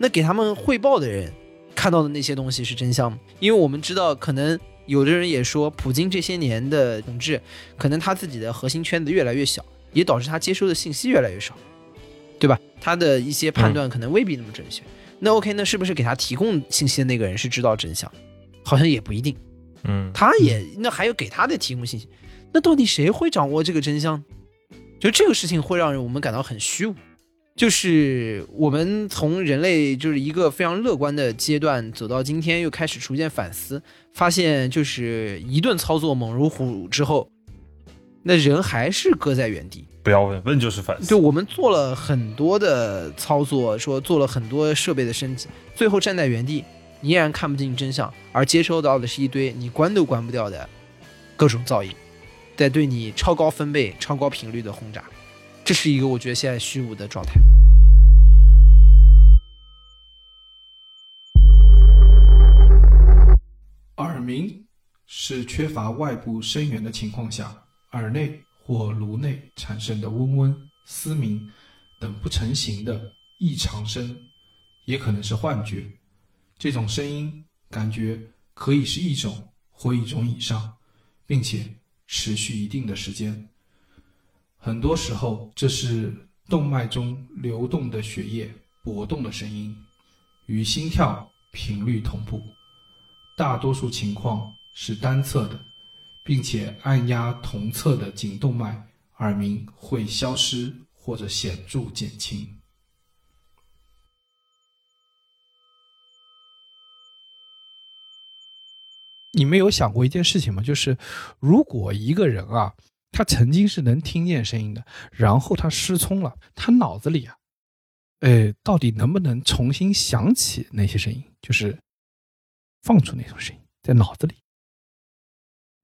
那给他们汇报的人看到的那些东西是真相吗？因为我们知道，可能有的人也说，普京这些年的统治，可能他自己的核心圈子越来越小，也导致他接收的信息越来越少，对吧？他的一些判断可能未必那么准确。那 OK，那是不是给他提供信息的那个人是知道真相？好像也不一定。嗯，他也那还有给他的提供信息，那到底谁会掌握这个真相？就这个事情会让我们感到很虚无。就是我们从人类就是一个非常乐观的阶段走到今天，又开始逐渐反思，发现就是一顿操作猛如虎之后，那人还是搁在原地。不要问，问就是反思。就我们做了很多的操作，说做了很多设备的升级，最后站在原地，你依然看不清真相，而接收到的是一堆你关都关不掉的各种噪音，在对你超高分贝、超高频率的轰炸，这是一个我觉得现在虚无的状态。耳鸣是缺乏外部声源的情况下，耳内或颅内产生的嗡嗡、嘶鸣等不成形的异常声，也可能是幻觉。这种声音感觉可以是一种或一种以上，并且持续一定的时间。很多时候，这是动脉中流动的血液搏动的声音，与心跳频率同步。大多数情况是单侧的，并且按压同侧的颈动脉，耳鸣会消失或者显著减轻。你们有想过一件事情吗？就是如果一个人啊，他曾经是能听见声音的，然后他失聪了，他脑子里啊，呃，到底能不能重新想起那些声音，就是放出那种声音在脑子里？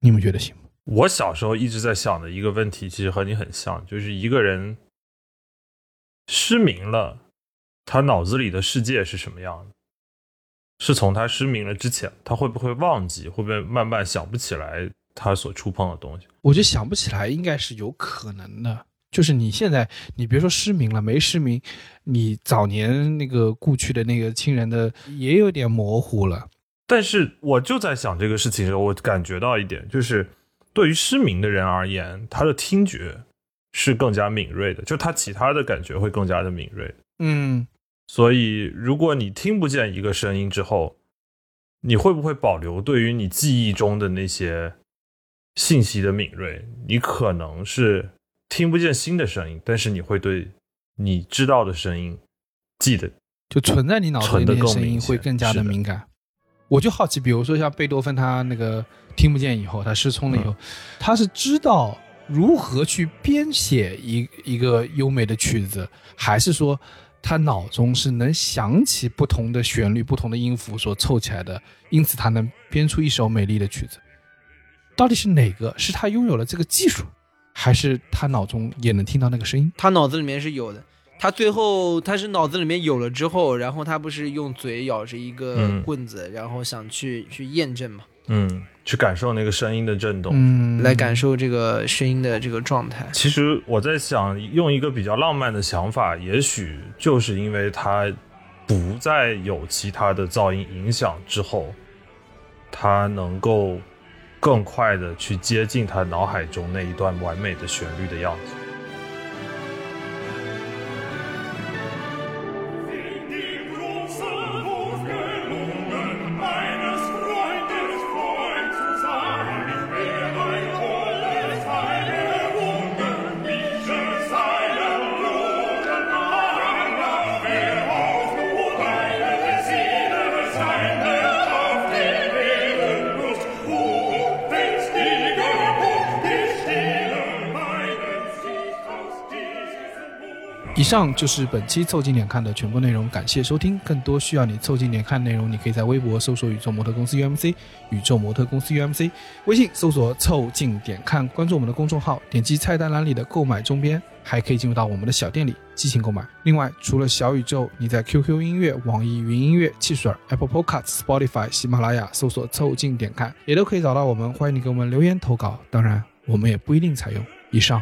你们觉得行吗？我小时候一直在想的一个问题，其实和你很像，就是一个人失明了，他脑子里的世界是什么样的？是从他失明了之前，他会不会忘记？会不会慢慢想不起来他所触碰的东西？我觉得想不起来应该是有可能的。就是你现在，你别说失明了，没失明，你早年那个故去的那个亲人的也有点模糊了。但是我就在想这个事情的时候，我感觉到一点，就是对于失明的人而言，他的听觉是更加敏锐的，就他其他的感觉会更加的敏锐。嗯，所以，如果你听不见一个声音之后，你会不会保留对于你记忆中的那些信息的敏锐？你可能是听不见新的声音，但是你会对你知道的声音记得。就存在你脑子里存那得些更声音明会显更加是的的敏感。我就好奇，比如说像贝多芬，他那个听不见以后，他失聪了嗯以后，他是知道如何去编写一一个优美的曲子，还是说他脑中是能想起不同的旋律、不同的音符所凑起来的，因此他能编出一首美丽的曲子？到底是哪个？是他拥有了这个技术，还是他脑中也能听到那个声音？他脑子里面是有的。他最后他是脑子里面有了之后，然后他不是用嘴咬着一个嗯棍子，然后想去去验证嘛，嗯，去感受那个声音的震动。嗯，来感受这个声音的这个状态。其实我在想，用一个比较浪漫的想法，也许就是因为他不再有其他的噪音影响之后，他能够更快的去接近他脑海中那一段完美的旋律的样子。 Sind die großen Wurf gelungen, eines Freundes Freund zu sein? Wer ein tolles Heil errungen, wiesche seinen Juden an. Wer auf nur eine Seele sein, der auf den Leben Lust, wo wenn's die Geburt nicht stehlen, meinen Sieg aus diesem Buch. 以上就是本期凑近点看的全部内容，感谢收听。更多需要你凑近点看内容，你可以在微博搜索宇宙模特公司 UMC，宇宙模特公司 UMC，微信搜索凑近点看，关注我们的公众号，点击菜单栏里的购买中边，还可以进入到我们的小店里激情购买。另外，除了小宇宙，你在 QQ 音乐、网易云音乐、汽水、Apple Podcasts、Spotify、喜马拉雅搜索凑近点看，也都可以找到我们。欢迎你给我们留言投稿，当然我们也不一定采用。以上